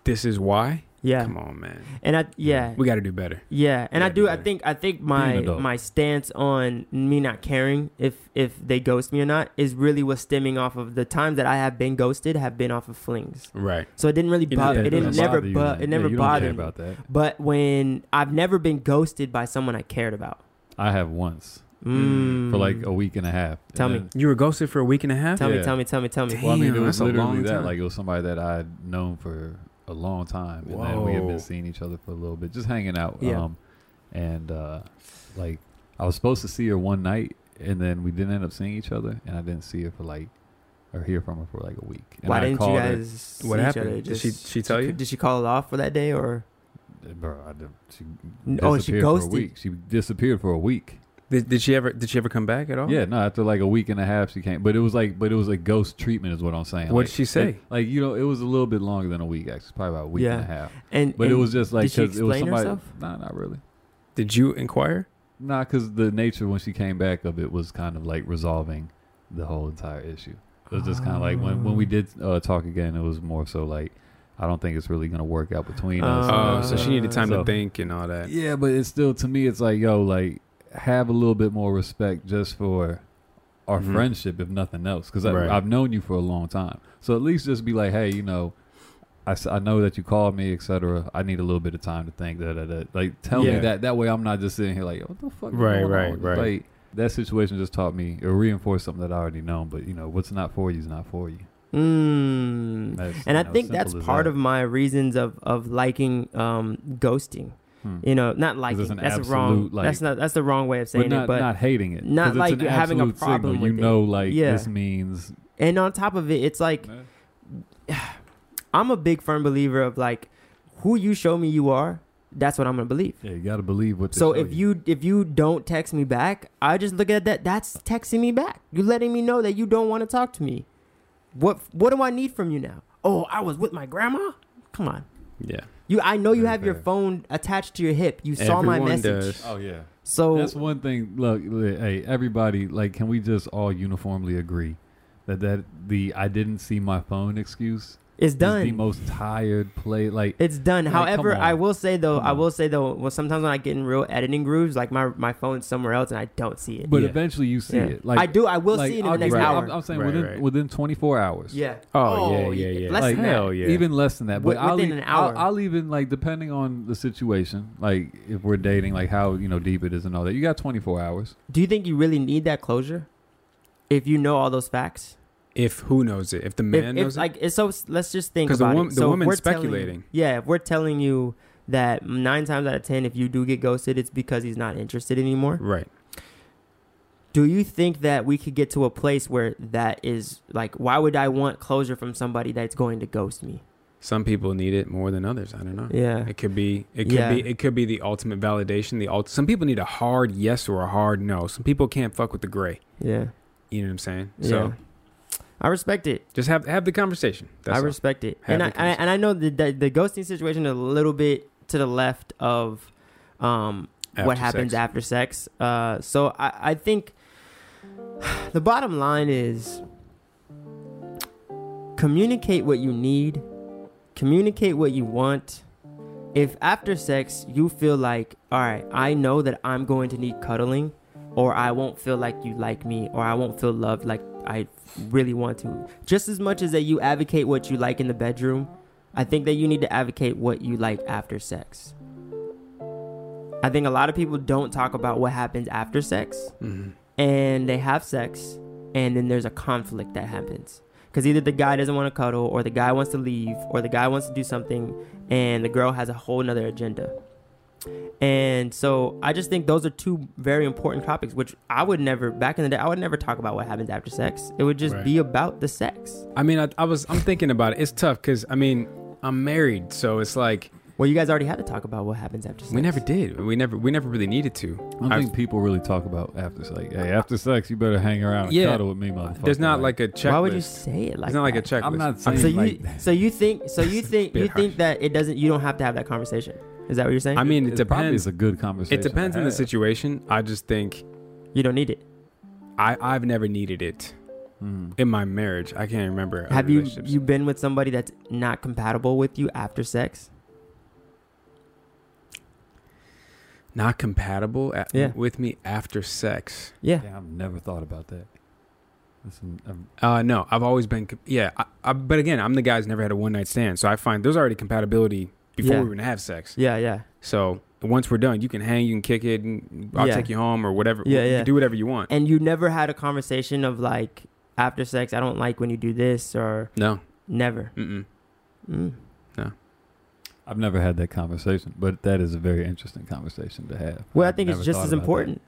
Speaker 2: this is why."
Speaker 1: yeah,
Speaker 2: Come on, man.
Speaker 1: and I yeah
Speaker 2: We got to do better.
Speaker 1: yeah, and I
Speaker 2: Yeah,
Speaker 1: do. I
Speaker 2: dude.
Speaker 1: think I think my
Speaker 4: adult.
Speaker 1: my stance on me not caring if if they ghost me or not is really what's stemming off of the times that I have been ghosted have been off of flings.
Speaker 2: Right.
Speaker 1: So it didn't really
Speaker 2: It
Speaker 1: bother.
Speaker 2: didn't-
Speaker 1: It didn't
Speaker 2: it
Speaker 1: never.
Speaker 4: bother you
Speaker 1: Bu-
Speaker 4: then.
Speaker 1: it never
Speaker 4: yeah, you don't care
Speaker 1: bothered. me.
Speaker 4: about that.
Speaker 1: But when I've never been ghosted by someone I cared about.
Speaker 4: I have once
Speaker 1: Mm.
Speaker 4: for like a week and a half.
Speaker 1: Tell
Speaker 4: And
Speaker 1: me.
Speaker 4: then-
Speaker 2: You were ghosted for a week and a half.
Speaker 1: Tell me,
Speaker 4: Yeah.
Speaker 1: tell me, tell me, tell me.
Speaker 2: Damn,
Speaker 4: well, I mean, it
Speaker 2: that's
Speaker 4: was
Speaker 2: a
Speaker 4: literally
Speaker 2: long
Speaker 4: that.
Speaker 2: time.
Speaker 4: Like it was somebody that I'd known for a long time, and then we had
Speaker 2: Whoa.
Speaker 4: been seeing each other for a little bit, just hanging out.
Speaker 1: Yeah.
Speaker 4: Um, and uh, like I was supposed to see her one night, and then we didn't end up seeing each other, and I didn't see her for like or hear from her for like a week. And
Speaker 1: Why
Speaker 4: I
Speaker 1: didn't you
Speaker 4: called her-
Speaker 1: guys? see
Speaker 2: What
Speaker 1: each
Speaker 2: happened?
Speaker 1: other?
Speaker 2: Did she- she tell you?
Speaker 1: Did she call it off for that day or?
Speaker 4: Bro, I didn't- she
Speaker 1: N- oh, she
Speaker 4: disappeared
Speaker 1: ghosted.
Speaker 4: For a week. She disappeared for a week.
Speaker 2: Did, did she ever? Did she ever come back
Speaker 1: Oh.
Speaker 2: at all?
Speaker 4: Yeah, no. After like a week and a half, she came. But it was like, but it was a ghost treatment, is what I'm saying.
Speaker 2: What'd
Speaker 4: Like-
Speaker 2: she say?
Speaker 4: Like, like, you know, it was a little bit longer than a week. Actually, probably about a week and a half.
Speaker 1: And
Speaker 4: But it
Speaker 1: and
Speaker 4: was just like
Speaker 1: did she
Speaker 4: 'cause it was
Speaker 1: explain
Speaker 4: somebody.
Speaker 1: herself?
Speaker 4: Nah, not really.
Speaker 2: Did you inquire?
Speaker 4: Nah, because the nature when she came back of it was kind of like resolving the whole entire issue. It was just kind of like when when we did uh, talk again, it was more so like I don't think it's really gonna work out between us.
Speaker 2: Oh,
Speaker 1: Uh,
Speaker 2: so she needed time
Speaker 4: so-
Speaker 2: to think and all that.
Speaker 4: Yeah, but it's still to me, it's like yo, like have a little bit more respect just for our
Speaker 1: Mm-hmm.
Speaker 2: Mhm.
Speaker 4: friendship, if nothing else, because
Speaker 2: Right.
Speaker 4: I've known you for a long time. So at least just be like, hey, you know, I, s- I know that you called me, etc. I need a little bit of time to think. Da, da, da. Like tell
Speaker 2: Yeah.
Speaker 4: me that. That way, I'm not just sitting here like, what the fuck? is
Speaker 2: Right,
Speaker 4: going
Speaker 2: right,
Speaker 4: on? Just
Speaker 2: right.
Speaker 4: Like, that situation just taught me or reinforced something that I already known. But you know, what's not for you is not for you.
Speaker 1: Mm.
Speaker 4: That's,
Speaker 1: And
Speaker 4: you
Speaker 1: I
Speaker 4: know,
Speaker 1: think
Speaker 4: simple
Speaker 1: that's
Speaker 4: as
Speaker 1: part
Speaker 4: that.
Speaker 1: of my reasons of of liking um ghosting.
Speaker 4: Hmm.
Speaker 1: You know, not liking.
Speaker 4: an
Speaker 1: That's a wrong.
Speaker 4: absolute, like-
Speaker 1: that's not. That's the wrong way of
Speaker 4: but
Speaker 1: saying
Speaker 4: not
Speaker 1: it. But
Speaker 4: not hating it.
Speaker 1: not
Speaker 4: 'Cause it's
Speaker 1: like
Speaker 4: an
Speaker 1: you're having a
Speaker 4: absolute
Speaker 1: problem
Speaker 4: signal. You
Speaker 1: with it.
Speaker 4: know, like
Speaker 1: Yeah.
Speaker 4: this means
Speaker 1: and on top of it, it's like I'm a big firm believer of like who you show me you are. That's what I'm gonna believe.
Speaker 4: Yeah, you gotta believe what. They
Speaker 1: So
Speaker 4: show
Speaker 1: if you if you don't text me back, I just look at that. That's texting me back. You're letting me know that you don't want to talk to me. What what do I need from you now? Oh, I was with my grandma. Come on,
Speaker 2: Yeah.
Speaker 1: you. I know you
Speaker 4: Very
Speaker 1: have your
Speaker 4: fair.
Speaker 1: phone attached to your hip. You saw my
Speaker 2: Everyone
Speaker 1: message.
Speaker 2: does.
Speaker 4: oh yeah,
Speaker 1: So
Speaker 4: that's one thing. Look, li- hey, everybody, like, can we just all uniformly agree that that the I didn't see my phone excuse
Speaker 1: it's
Speaker 4: is the
Speaker 1: done.
Speaker 4: most tired play. Like,
Speaker 1: It's done.
Speaker 4: Like, come
Speaker 1: However, I
Speaker 4: on.
Speaker 1: will say though,
Speaker 4: Come
Speaker 1: I
Speaker 4: on.
Speaker 1: will say though, well, sometimes when I get in real editing grooves, like my my phone's somewhere else and I don't see it.
Speaker 4: but
Speaker 2: Yeah.
Speaker 4: eventually you see
Speaker 1: Yeah.
Speaker 4: it. Like
Speaker 1: I do. I will
Speaker 4: like,
Speaker 1: see it in
Speaker 4: I'll
Speaker 1: the next
Speaker 4: give you-
Speaker 1: hour.
Speaker 4: I'm, I'm saying
Speaker 2: Right,
Speaker 4: within
Speaker 2: right.
Speaker 4: within 24 hours.
Speaker 1: yeah.
Speaker 2: Oh, yeah, yeah, yeah.
Speaker 1: Less
Speaker 4: Like,
Speaker 1: than that.
Speaker 2: hell yeah.
Speaker 4: Even less than that, but
Speaker 1: Wi-
Speaker 4: I'll
Speaker 1: within
Speaker 4: e-
Speaker 1: an hour.
Speaker 4: I'll, I'll even like depending on the situation, like if we're dating, like how you know deep it is and all that. You got 24 hours.
Speaker 1: Do you think you really need that closure? If you know all those facts,
Speaker 2: If who knows it? If the
Speaker 1: if,
Speaker 2: man
Speaker 1: if,
Speaker 2: knows it.
Speaker 1: like it's so let's just think
Speaker 2: 'Cause the
Speaker 1: about
Speaker 2: wom-
Speaker 1: it.
Speaker 2: the
Speaker 1: So if
Speaker 2: woman's
Speaker 1: we're telling you-
Speaker 2: speculating.
Speaker 1: yeah, if we're telling you that nine times out of ten, if you do get ghosted, it's because he's not interested anymore.
Speaker 2: Right.
Speaker 1: Do you think that we could get to a place where that is like, why would I want closure from somebody that's going to ghost me?
Speaker 2: Some people need it more than others. I don't know.
Speaker 1: Yeah,
Speaker 2: It could be. It could
Speaker 1: Yeah.
Speaker 2: be. It could be the ultimate validation. The ult- Some people need a hard yes or a hard no. Some people can't fuck with the gray.
Speaker 1: yeah,
Speaker 2: You know what I'm saying?
Speaker 1: yeah.
Speaker 2: So
Speaker 1: I respect it.
Speaker 2: just have have the conversation. That's
Speaker 1: I
Speaker 2: all.
Speaker 1: respect it,
Speaker 2: Have
Speaker 1: and I,
Speaker 2: the
Speaker 1: and I and I know the, the the ghosting situation is a little bit to the left of um what
Speaker 2: After
Speaker 1: happens
Speaker 2: sex.
Speaker 1: after sex. Uh, so I I think the bottom line is communicate what you need, communicate what you want. If after sex you feel like, all right, I know that I'm going to need cuddling, or I won't feel like you like me, or I won't feel loved like I really want to. Just as much as that you advocate what you like in the bedroom, I think that you need to advocate what you like after sex. I think a lot of people don't talk about what happens after sex
Speaker 2: Mhm.
Speaker 1: and they have sex and then there's a conflict that happens because either the guy doesn't want to cuddle or the guy wants to leave or the guy wants to do something and the girl has a whole nother agenda and so i just think those are two very important topics which i would never back in the day i would never talk about what happens after sex it would just
Speaker 2: Right.
Speaker 1: be about the sex
Speaker 2: I mean, I, I was. I'm thinking about it. It's tough because I mean, I'm married, so it's like
Speaker 1: Well, you guys already had to talk about what happens after sex.
Speaker 2: We never did. We never. We never really needed to.
Speaker 4: I don't
Speaker 2: I've-
Speaker 4: think people really talk about after sex. Hey, after sex, you better hang around and
Speaker 2: Yeah.
Speaker 4: cuddle with me, motherfucker.
Speaker 2: There's not like a checklist.
Speaker 1: Why would you say it like?
Speaker 2: It's not like a
Speaker 1: that?
Speaker 2: checklist.
Speaker 4: I'm not saying
Speaker 1: So you,
Speaker 4: like
Speaker 1: so you think, so you think,
Speaker 2: bit
Speaker 1: you
Speaker 2: harsh.
Speaker 1: think that it doesn't. You don't have to have that conversation. Is that what you're saying?
Speaker 2: I mean, it,
Speaker 4: probably is
Speaker 2: depends.
Speaker 4: a good conversation.
Speaker 2: It depends
Speaker 4: to
Speaker 2: on the
Speaker 4: have.
Speaker 2: situation. I just think
Speaker 1: you don't need it.
Speaker 2: I I've never needed it
Speaker 4: Mm.
Speaker 2: in my marriage. I can't remember. other
Speaker 1: Have you
Speaker 2: relationships.
Speaker 1: you been with somebody that's not compatible with you after sex?
Speaker 2: not compatible at,
Speaker 1: Yeah.
Speaker 2: with me after sex?
Speaker 1: Yeah.
Speaker 4: Yeah, I've never thought about that. Listen, um,
Speaker 2: Uh, no, I've always been. co- Yeah, I, I, but again, I'm the guy who's never had a one night stand, so I find there's already compatibility before
Speaker 1: Yeah.
Speaker 2: we even have sex.
Speaker 1: Yeah. Yeah.
Speaker 2: So once we're done, you can hang, you can kick it, and I'll
Speaker 1: Yeah.
Speaker 2: take you home or whatever.
Speaker 1: Yeah,
Speaker 2: you
Speaker 1: yeah.
Speaker 2: Can do whatever you want.
Speaker 1: And you never had a conversation of like after sex. I don't like when you do this or
Speaker 2: No,
Speaker 1: never.
Speaker 2: mm-mm.
Speaker 1: Mm.
Speaker 4: I've never had that conversation, but that is a very interesting conversation to have.
Speaker 1: Well, I
Speaker 4: I've
Speaker 1: think it's
Speaker 4: never
Speaker 1: just
Speaker 4: thought
Speaker 1: as
Speaker 4: about that.
Speaker 1: important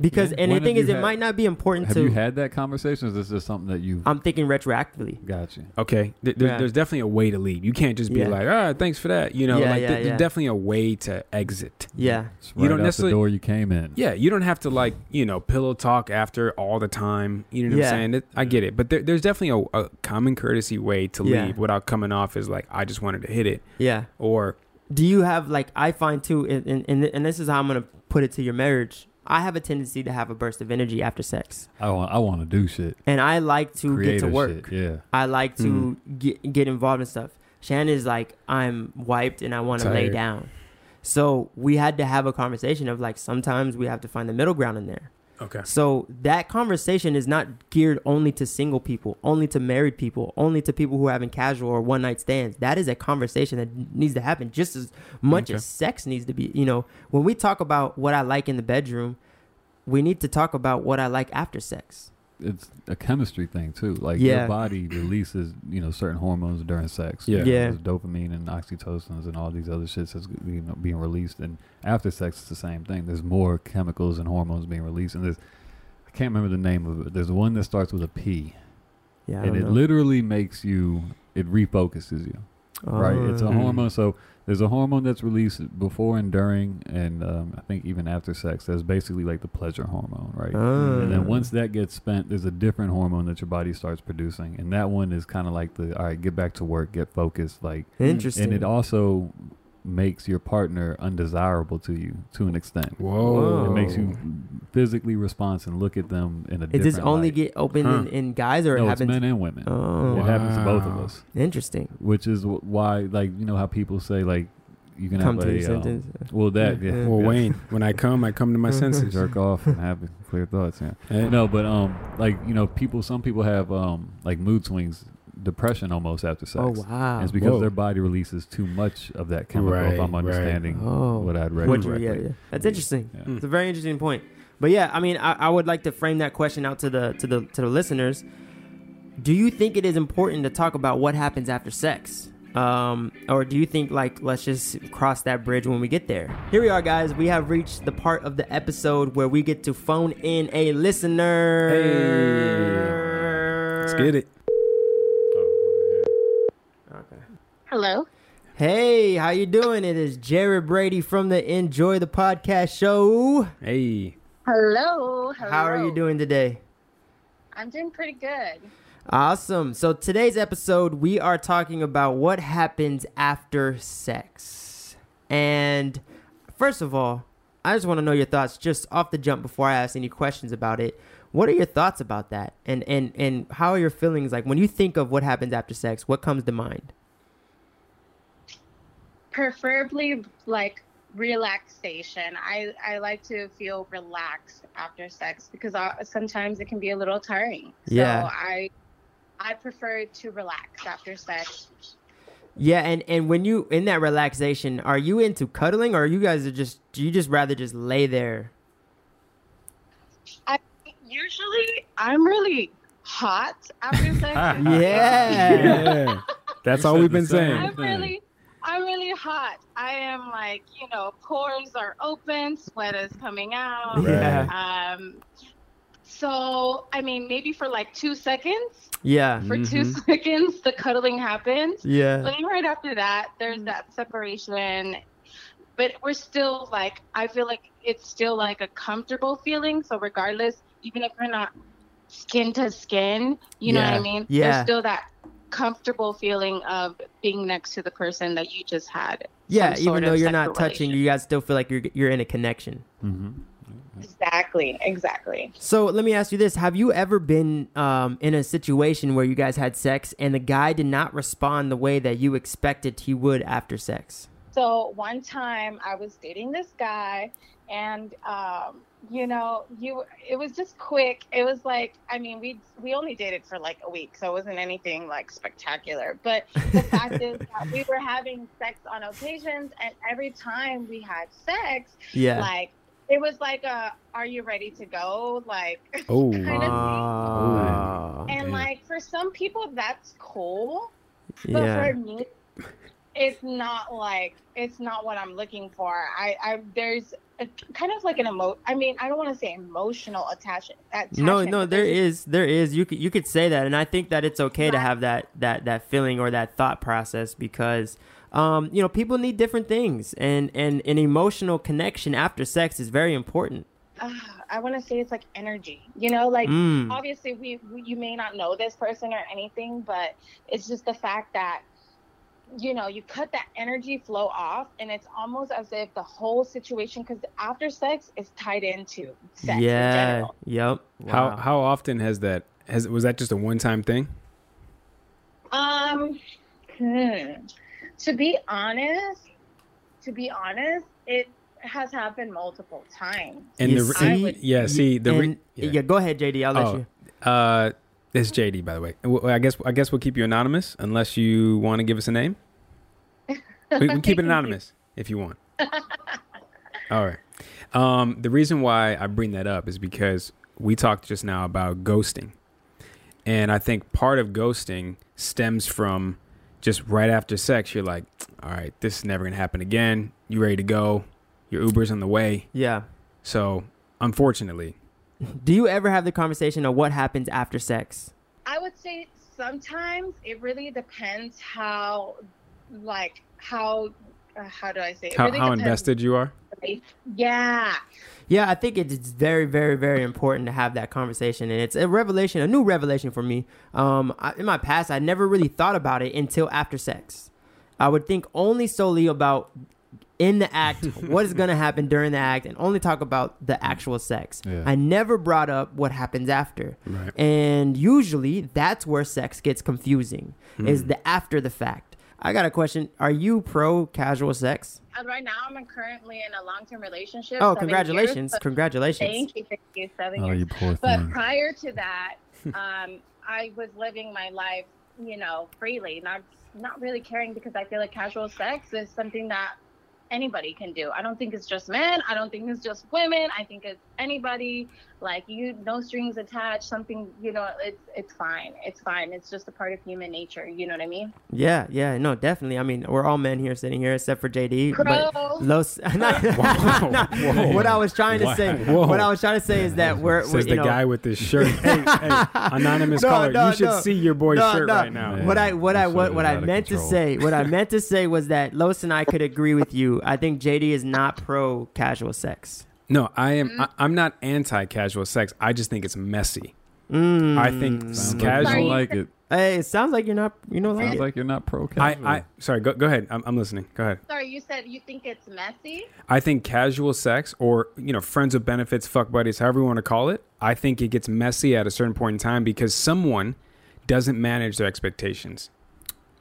Speaker 1: because
Speaker 4: Yeah.
Speaker 1: and the
Speaker 4: When
Speaker 1: thing
Speaker 4: have
Speaker 1: is,
Speaker 4: you
Speaker 1: it
Speaker 4: had-
Speaker 1: might not be important
Speaker 4: Have
Speaker 1: to.
Speaker 4: you had that conversation? Is this just something that you
Speaker 1: I'm thinking retroactively.
Speaker 4: got you?
Speaker 2: Okay, Th- there's,
Speaker 1: Yeah.
Speaker 2: there's definitely a way to leave. You can't just be
Speaker 1: Yeah.
Speaker 2: like, ah, thanks for that. You know,
Speaker 1: Yeah,
Speaker 2: like
Speaker 1: yeah,
Speaker 2: th-
Speaker 1: yeah.
Speaker 2: there's definitely a way to exit.
Speaker 1: Yeah.
Speaker 4: It's
Speaker 2: You
Speaker 4: right
Speaker 2: don't
Speaker 4: out
Speaker 2: necessarily-
Speaker 4: the door you came in.
Speaker 2: Yeah, you don't have to like you know pillow talk after all the time. You know what
Speaker 1: Yeah.
Speaker 2: I'm saying? It, I get it, but there, there's definitely a, a common courtesy way to
Speaker 1: Yeah.
Speaker 2: leave without coming off as like I just wanted to hit it
Speaker 1: Yeah.
Speaker 2: or
Speaker 1: do you have like i find too and, and- and, and this is how i'm gonna put it to your marriage i have a tendency to have a burst of energy after sex
Speaker 4: I want I want to do shit.
Speaker 1: and i like to get to
Speaker 4: Creative
Speaker 1: work
Speaker 4: shit. Yeah.
Speaker 1: i like to get, get involved in stuff shannon is like i'm wiped and i want to lay
Speaker 2: Tired.
Speaker 1: down so we had to have a conversation of like sometimes we have to find the middle ground in there
Speaker 2: okay.
Speaker 1: so that conversation is not geared only to single people only to married people only to people who are having casual or one night stands that is a conversation that needs to happen just as much
Speaker 2: Okay.
Speaker 1: as sex needs to be you know when we talk about what i like in the bedroom we need to talk about what i like after sex
Speaker 4: It's a chemistry thing too. Like
Speaker 1: Yeah.
Speaker 4: your body releases, you know, certain hormones during sex.
Speaker 2: Yeah.
Speaker 4: You know,
Speaker 1: Yeah.
Speaker 4: there's dopamine and oxytocins and all these other shits that's you know being released. And after sex, it's the same thing. There's more chemicals and hormones being released. And there's I can't remember the name of it. There's one that starts with a P,
Speaker 1: yeah I
Speaker 4: and
Speaker 1: don't
Speaker 4: it
Speaker 1: know.
Speaker 4: literally makes you. It refocuses you. right? It's a
Speaker 1: Uh,
Speaker 2: Mm.
Speaker 4: hormone. So there's a hormone that's released before and during, and um, I think even after sex. That's basically like the pleasure hormone, right?
Speaker 1: uh,
Speaker 4: And then once that gets spent, there's a different hormone that your body starts producing, and that one is kind of like the all right, get back to work, get focused, like,
Speaker 1: interesting
Speaker 4: and it also makes your partner undesirable to you to an extent.
Speaker 2: Whoa.
Speaker 4: It makes you physically response and look at them in
Speaker 1: Oh. is
Speaker 4: a different
Speaker 1: this only
Speaker 4: light.
Speaker 1: get open
Speaker 2: Huh.
Speaker 1: in, in guys or
Speaker 4: no,
Speaker 1: it
Speaker 4: it's
Speaker 1: happens
Speaker 4: men and women.
Speaker 1: oh
Speaker 4: It happens to both of
Speaker 2: Wow.
Speaker 4: us
Speaker 1: interesting
Speaker 4: which is wh- why, like, you know how people say, like, you can
Speaker 1: come
Speaker 4: have
Speaker 1: to
Speaker 4: a,
Speaker 1: your
Speaker 4: um,
Speaker 1: sentence
Speaker 4: well, that yeah,
Speaker 1: Yeah.
Speaker 2: Well,
Speaker 4: yeah.
Speaker 2: Wayne, when I come, I come to my senses.
Speaker 4: jerk off and have clear thoughts. Yeah,
Speaker 2: Eh?
Speaker 4: no, but um, like you know, people, some people have um, like mood swings, depression almost after sex.
Speaker 1: oh wow
Speaker 4: And It's because
Speaker 2: Whoa.
Speaker 4: their body releases too much of that chemical.
Speaker 2: Right,
Speaker 4: if I'm
Speaker 2: right.
Speaker 4: understanding
Speaker 1: Oh.
Speaker 4: what I'd read
Speaker 1: What you-
Speaker 4: correctly.
Speaker 1: yeah, yeah. That's interesting.
Speaker 4: Yeah.
Speaker 1: It's a very interesting point. But yeah, I mean, I, I would like to frame that question out to the to the to the listeners. Do you think it is important to talk about what happens after sex? Um, or do you think like let's just cross that bridge when we get there? Here we are, guys. We have reached the part of the episode where we get to phone in a listener.
Speaker 2: Hey. Let's get it.
Speaker 1: Okay.
Speaker 3: Hello.
Speaker 1: Hey, how you doing? It is Jared Brady from the Enjoy the Podcast Show.
Speaker 2: Hey,
Speaker 3: Hello. Hello.
Speaker 1: How are you doing today?
Speaker 3: I'm doing pretty good.
Speaker 1: Awesome. So today's episode, we are talking about what happens after sex. And first of all, I just want to know your thoughts just off the jump before I ask any questions about it. What are your thoughts about that? And and and how are your feelings like when you think of what happens after sex? What comes to mind?
Speaker 5: preferably like relaxation i i like to feel relaxed after sex because I, sometimes it can be a little tiring
Speaker 1: Yeah.
Speaker 5: so i i prefer to relax after sex
Speaker 1: Yeah, and and when you in that relaxation, are you into cuddling or are you guys are just do you just rather just lay there?
Speaker 5: usually i'm really hot after sex
Speaker 1: Ah, Yeah.
Speaker 2: yeah, that's
Speaker 4: You
Speaker 2: all
Speaker 4: said
Speaker 2: we've
Speaker 4: the
Speaker 2: been saying.
Speaker 4: same.
Speaker 5: i'm really i'm really hot i am like you know pores are open sweat is coming out
Speaker 1: Yeah.
Speaker 5: um So, I mean, maybe for like two seconds,
Speaker 1: Yeah.
Speaker 5: for two
Speaker 2: Mhm.
Speaker 5: seconds, the cuddling happens. But
Speaker 1: Mm-hmm. Yeah.
Speaker 5: then right after that, there's that separation. But we're still like, I feel like it's still like a comfortable feeling. So, regardless, even if we're not skin to skin, you know what
Speaker 1: Yeah.
Speaker 5: I mean?
Speaker 1: Yeah.
Speaker 5: There's still that comfortable feeling of being next to the person that you just had.
Speaker 1: Yeah.
Speaker 5: some
Speaker 1: Even
Speaker 5: sort
Speaker 1: though
Speaker 5: of
Speaker 1: you're not
Speaker 5: sexual
Speaker 1: touching, you guys still feel like you're you're in a connection.
Speaker 4: Mm-hmm.
Speaker 5: Exactly, exactly.
Speaker 1: So let me ask you this: Have you ever been um, in a situation where you guys had sex and the guy did not respond the way that you expected he would after sex?
Speaker 5: So one time I was dating this guy, and um, you know, you it was just quick. It was like I mean, we we only dated for like a week, so it wasn't anything like spectacular. But the fact is that we were having sex on occasions, and every time we had sex,
Speaker 1: Yeah.
Speaker 5: like it was like a "Are you ready to go?" like
Speaker 2: Oh,
Speaker 5: kind of
Speaker 1: Oh,
Speaker 5: and
Speaker 4: yeah.
Speaker 5: like for some people that's cool, But
Speaker 1: yeah.
Speaker 5: for me, it's not like it's not what I'm looking for. I, I there's a, kind of like an emo. I mean, I don't want to say emotional attachment. attachment
Speaker 1: No, no,
Speaker 5: but
Speaker 1: there
Speaker 5: there's-
Speaker 1: is, there is. You could, you could say that, and I think that it's okay to have that, that, that feeling or that thought process because, um, you know, people need different things, and and an emotional connection after sex is very important.
Speaker 5: ah, I want to say it's like energy. You know, like
Speaker 1: Mm.
Speaker 5: obviously we, we you may not know this person or anything, but it's just the fact that you know you cut that energy flow off, and it's almost as if the whole situation because after sex is tied into sex. in
Speaker 1: Yeah.
Speaker 5: general.
Speaker 1: Yep.
Speaker 2: how
Speaker 1: Wow.
Speaker 2: how often has that has was that just a one time thing?
Speaker 5: Um, hmm. to be honest, to be honest, it has happened multiple times.
Speaker 2: And
Speaker 1: You
Speaker 2: the re-
Speaker 1: see?
Speaker 2: and- yeah, see the re-
Speaker 1: And-
Speaker 2: yeah.
Speaker 1: yeah, go ahead, JD. I'll let
Speaker 2: Oh,
Speaker 1: you.
Speaker 2: uh, it's JD by the way. Well, I guess I guess we'll keep you anonymous unless you want to give us a name. We, we keep it anonymous if you want. All right. Um, the reason why I bring that up is because we talked just now about ghosting, and I think part of ghosting stems from just right after sex. You're like, all right, this is never gonna happen again. You ready to go? Your Uber's on the way.
Speaker 1: Yeah.
Speaker 2: So unfortunately,
Speaker 1: Do you ever have the conversation of what happens after sex?
Speaker 5: I would say sometimes it really depends how, like, how, uh, how do I say? It
Speaker 2: how,
Speaker 5: really
Speaker 2: how
Speaker 5: depends.
Speaker 2: invested you are.
Speaker 5: Yeah.
Speaker 1: Yeah, I think it's very, very, very important to have that conversation, and it's a revelation, a new revelation for me. Um, I, in my past, I never really thought about it until after sex. I would think only solely about in the act, what is going to happen during the act, and only talk about the actual sex.
Speaker 4: Yeah.
Speaker 1: I never brought up what happens after.
Speaker 2: Right.
Speaker 1: And usually that's where sex gets confusing, is the after the fact. I got a question. Are you pro casual sex?
Speaker 5: And right now, I'm currently in a long-term relationship.
Speaker 1: Oh,
Speaker 5: seven years,
Speaker 1: congratulations.
Speaker 5: but-
Speaker 1: congratulations.
Speaker 5: Thank you, thank you. Seven
Speaker 4: Oh,
Speaker 5: years.
Speaker 4: you poor
Speaker 5: But
Speaker 1: Hmm.
Speaker 4: thing.
Speaker 5: prior to that, um, I was living my life, you know, freely, not not really caring because I feel like casual sex is something that anybody can do. I don't think it's just men. I don't think it's just women. I think it's anybody. Like you, no strings attached. Something, you know, it's it's fine. It's fine. It's just a part of human nature. You know what I mean?
Speaker 1: Yeah, yeah, no, definitely. I mean, we're all men here sitting here except for JD.
Speaker 5: Bro.
Speaker 1: But los, not,
Speaker 2: Whoa,
Speaker 1: not-
Speaker 2: whoa.
Speaker 1: what I was trying to
Speaker 4: Wow.
Speaker 1: say,
Speaker 2: Whoa.
Speaker 1: what I was trying to say is that we're,
Speaker 2: Says
Speaker 1: we- you
Speaker 2: the
Speaker 1: know,
Speaker 2: guy with his shirt. hey, hey, anonymous
Speaker 1: No,
Speaker 2: caller,
Speaker 1: no,
Speaker 2: you should
Speaker 1: no.
Speaker 2: see your boy's
Speaker 1: No,
Speaker 2: shirt
Speaker 1: no.
Speaker 2: right now.
Speaker 4: Yeah.
Speaker 1: What I what I
Speaker 4: This
Speaker 1: what,
Speaker 4: shit
Speaker 1: what
Speaker 4: is
Speaker 1: I
Speaker 4: out of
Speaker 1: meant to
Speaker 4: control.
Speaker 1: say, what I meant to say was that Los and I could agree with you. I think JD is not pro casual sex.
Speaker 2: No, I am. I, I'm not anti-casual sex. I just think it's messy.
Speaker 1: Mm.
Speaker 2: I think s-
Speaker 4: Sounds like you don't
Speaker 2: casual.
Speaker 4: like it.
Speaker 1: Hey, it sounds like you're not, you know, like
Speaker 4: Sounds
Speaker 1: it.
Speaker 4: like you're not pro
Speaker 2: I,
Speaker 4: casual.
Speaker 2: I sorry. Go, go ahead. I'm, I'm listening. Go ahead.
Speaker 5: Sorry, you said you think it's messy.
Speaker 2: I think casual sex, or you know, friends with benefits, fuck buddies, however you want to call it. I think it gets messy at a certain point in time because someone doesn't manage their expectations.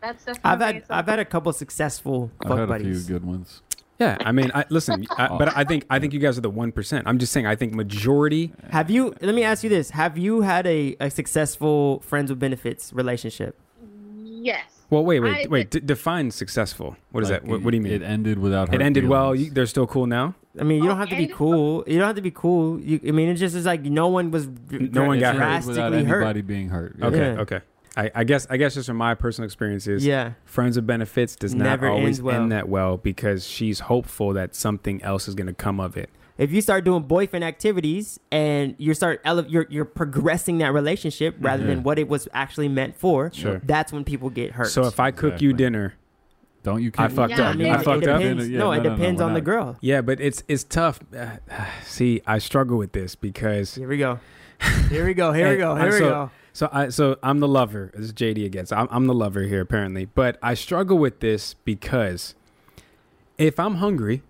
Speaker 5: That's definitely.
Speaker 1: I've had I've had a couple successful
Speaker 4: I've
Speaker 1: fuck
Speaker 4: had a
Speaker 1: buddies.
Speaker 4: few good ones.
Speaker 2: Yeah, I mean, I, listen, I, but I think I think you guys are the one percent. I'm just saying. I think majority.
Speaker 1: Have you? Let me ask you this: Have you had a, a successful friends with benefits relationship?
Speaker 5: yes.
Speaker 2: Well, wait,
Speaker 5: I-
Speaker 2: wait, wait. D- define successful. What is
Speaker 4: Like,
Speaker 2: that? What, what do you mean?
Speaker 4: It ended without.
Speaker 2: It
Speaker 4: hurt
Speaker 2: ended well.
Speaker 4: feelings.
Speaker 2: You, they're still cool now.
Speaker 1: I mean, you
Speaker 5: Oh,
Speaker 1: don't have to be
Speaker 5: and-
Speaker 1: cool. You don't have to be cool. You, I mean, it just is like no one was dr-
Speaker 2: No one
Speaker 4: It
Speaker 2: got
Speaker 4: ended
Speaker 2: hurt.
Speaker 4: without
Speaker 1: drastically hurt.
Speaker 4: anybody being hurt. Yeah.
Speaker 2: Okay,
Speaker 1: Yeah.
Speaker 2: okay. I, I guess I guess just from my personal experiences,
Speaker 1: Yeah,
Speaker 2: friends with benefits does not
Speaker 1: Never
Speaker 2: always
Speaker 1: ends well.
Speaker 2: end that well because she's hopeful that something else is going to come of it.
Speaker 1: if you start doing boyfriend activities and you start ele- you're you're progressing that relationship rather than what it was actually meant for,
Speaker 2: Mm-hmm. Sure.
Speaker 1: that's when people get hurt.
Speaker 2: So if I cook you
Speaker 4: Exactly.
Speaker 2: dinner,
Speaker 4: Don't you?
Speaker 2: I
Speaker 4: can't-
Speaker 2: fucked
Speaker 3: Yeah, up. I
Speaker 1: I
Speaker 3: mean,
Speaker 1: mean,
Speaker 2: I fucked
Speaker 1: it
Speaker 2: up.
Speaker 1: depends.
Speaker 4: Yeah,
Speaker 1: no,
Speaker 4: no,
Speaker 1: it
Speaker 4: no, no,
Speaker 1: depends
Speaker 4: we're
Speaker 1: on the
Speaker 4: not.
Speaker 1: girl.
Speaker 2: yeah, but it's it's tough. Uh, see, I struggle with this because
Speaker 1: Here we go. Here we go. Here we
Speaker 2: Hey,
Speaker 1: go.
Speaker 2: I'm
Speaker 1: Here we
Speaker 2: so,
Speaker 1: go.
Speaker 2: So I so I'm the lover. This is JD again. So I'm, I'm the lover here apparently, but I struggle with this because if I'm hungry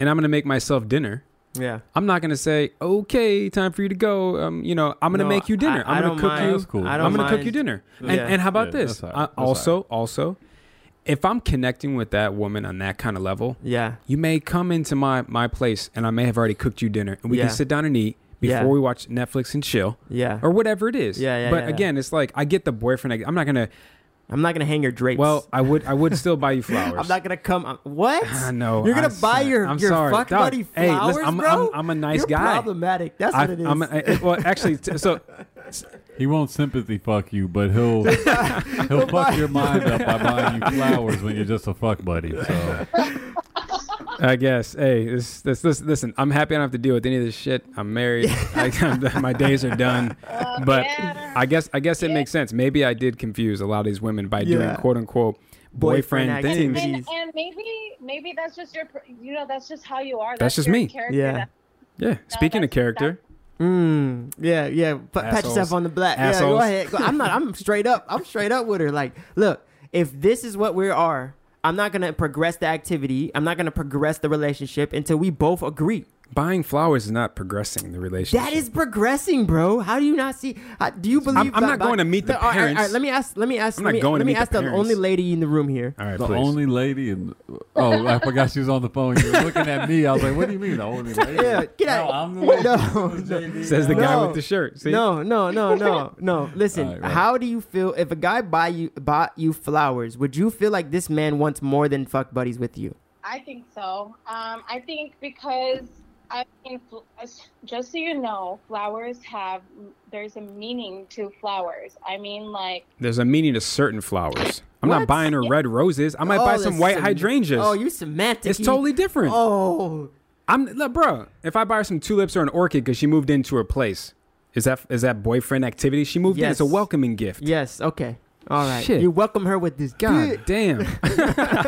Speaker 2: and I'm gonna make myself dinner,
Speaker 1: Yeah.
Speaker 2: I'm not gonna say okay, time for you to go. Um, you know, I'm gonna
Speaker 1: No,
Speaker 2: make you dinner.
Speaker 1: I- I
Speaker 2: am
Speaker 1: don't
Speaker 2: gonna cook
Speaker 1: mind-
Speaker 2: you.
Speaker 4: That's cool.
Speaker 1: I
Speaker 4: I'm
Speaker 1: don't
Speaker 2: I'm gonna cook
Speaker 1: mind-
Speaker 2: you dinner. And,
Speaker 1: Yeah.
Speaker 2: and how about
Speaker 4: Yeah,
Speaker 2: this?
Speaker 4: that's all right.
Speaker 2: I,
Speaker 4: That's all
Speaker 2: also, also, if I'm connecting with that woman on that kind of level,
Speaker 1: Yeah.
Speaker 2: you may come into my my place and I may have already cooked you dinner, and we
Speaker 1: Yeah.
Speaker 2: can sit down and eat before
Speaker 1: Yeah.
Speaker 2: we watch Netflix and chill
Speaker 1: Yeah.
Speaker 2: or whatever it is.
Speaker 1: Yeah, yeah,
Speaker 2: But
Speaker 1: yeah, yeah.
Speaker 2: again, it's like I get the boyfriend. I, am not gonna.
Speaker 1: I'm not gonna hang your drapes.
Speaker 2: Well, I would. I would still buy you flowers.
Speaker 1: I'm not gonna come. I'm- what?
Speaker 2: I know.
Speaker 1: You're gonna
Speaker 2: I
Speaker 1: buy
Speaker 2: said-
Speaker 1: your
Speaker 2: I'm
Speaker 1: your
Speaker 2: sorry.
Speaker 1: fuck
Speaker 2: Dog,
Speaker 1: buddy
Speaker 2: hey,
Speaker 1: flowers,
Speaker 2: listen, I'm-
Speaker 1: bro.
Speaker 2: I'm- I'm a nice
Speaker 1: You're
Speaker 2: guy.
Speaker 1: Problematic. That's
Speaker 2: I,
Speaker 1: what it is.
Speaker 2: I'm, I, well, actually, t- so
Speaker 4: He won't sympathy fuck you, but he'll he'll fuck your mind up by buying you flowers when you're just a fuck buddy. So
Speaker 2: I guess. Hey, this, this, this, listen. I'm happy I don't have to deal with any of this shit. I'm married. I, am my days are done.
Speaker 1: Oh,
Speaker 2: But
Speaker 3: yeah.
Speaker 2: I guess. I guess it makes sense. Maybe I did confuse a lot of these women by
Speaker 1: Yeah.
Speaker 2: doing quote unquote
Speaker 1: Boyfriend
Speaker 2: boyfriend,
Speaker 1: activities.
Speaker 2: things.
Speaker 1: Jeez.
Speaker 3: And, and maybe maybe that's just your per- you know that's just how you are.
Speaker 2: That's just
Speaker 3: your
Speaker 2: me.
Speaker 3: character.
Speaker 1: Yeah.
Speaker 3: That-
Speaker 2: Yeah. Speaking of
Speaker 3: that's-
Speaker 2: character,
Speaker 1: Mm, yeah, yeah. P- pat yourself
Speaker 2: Assholes.
Speaker 1: on the black. Yeah, go
Speaker 2: Assholes.
Speaker 1: ahead. Go- I'm not. I'm straight up. I'm straight up with her. Like, look, if this is what we are, I'm not gonna progress the activity. I'm not gonna progress the relationship until we both agree.
Speaker 2: buying flowers is not progressing the relationship.
Speaker 1: That is progressing, bro. How do you not see? How, do you believe?
Speaker 2: I'm
Speaker 1: that-
Speaker 2: not going to meet the
Speaker 1: All right, all right,
Speaker 2: parents.
Speaker 1: all right, let me ask. Let me ask.
Speaker 2: I'm
Speaker 1: let
Speaker 2: not
Speaker 1: me,
Speaker 2: going
Speaker 1: let
Speaker 2: to
Speaker 1: me
Speaker 2: meet the
Speaker 1: ask the
Speaker 2: parents.
Speaker 1: only lady in the room here.
Speaker 2: All right,
Speaker 4: the
Speaker 2: please.
Speaker 4: only lady in oh, I forgot she was on the phone. You were looking at me. I was like, what do you mean the only lady?
Speaker 1: Yeah, get out.
Speaker 4: No, I'm the lady.
Speaker 1: No,
Speaker 4: It was JD.
Speaker 2: says the guy
Speaker 1: No.
Speaker 2: with the shirt. See?
Speaker 1: No, no, no, no, no. Listen,
Speaker 4: All right, right.
Speaker 1: how do you feel if a guy buy you bought you flowers? Would you feel like this man wants more than fuck buddies with you?
Speaker 3: I think so. Um, I think because I mean, fl- as- just so you know, flowers have there's a meaning to flowers. I mean, like
Speaker 2: There's a meaning to certain flowers. I'm
Speaker 1: What?
Speaker 2: not buying her red roses. I might
Speaker 1: Oh,
Speaker 2: buy some
Speaker 1: that's
Speaker 2: white
Speaker 1: sem-
Speaker 2: hydrangeas.
Speaker 1: Oh, you semantic.
Speaker 2: it's totally different.
Speaker 1: Oh,
Speaker 2: I'm look, bro. If I buy her some tulips or an orchid because she moved into her place, is that is that boyfriend activity? She moved in. It's a
Speaker 1: Yes.
Speaker 2: welcoming gift.
Speaker 1: yes. Okay. All right.
Speaker 2: Shit.
Speaker 1: You welcome her with this
Speaker 2: God
Speaker 1: dick.
Speaker 2: damn.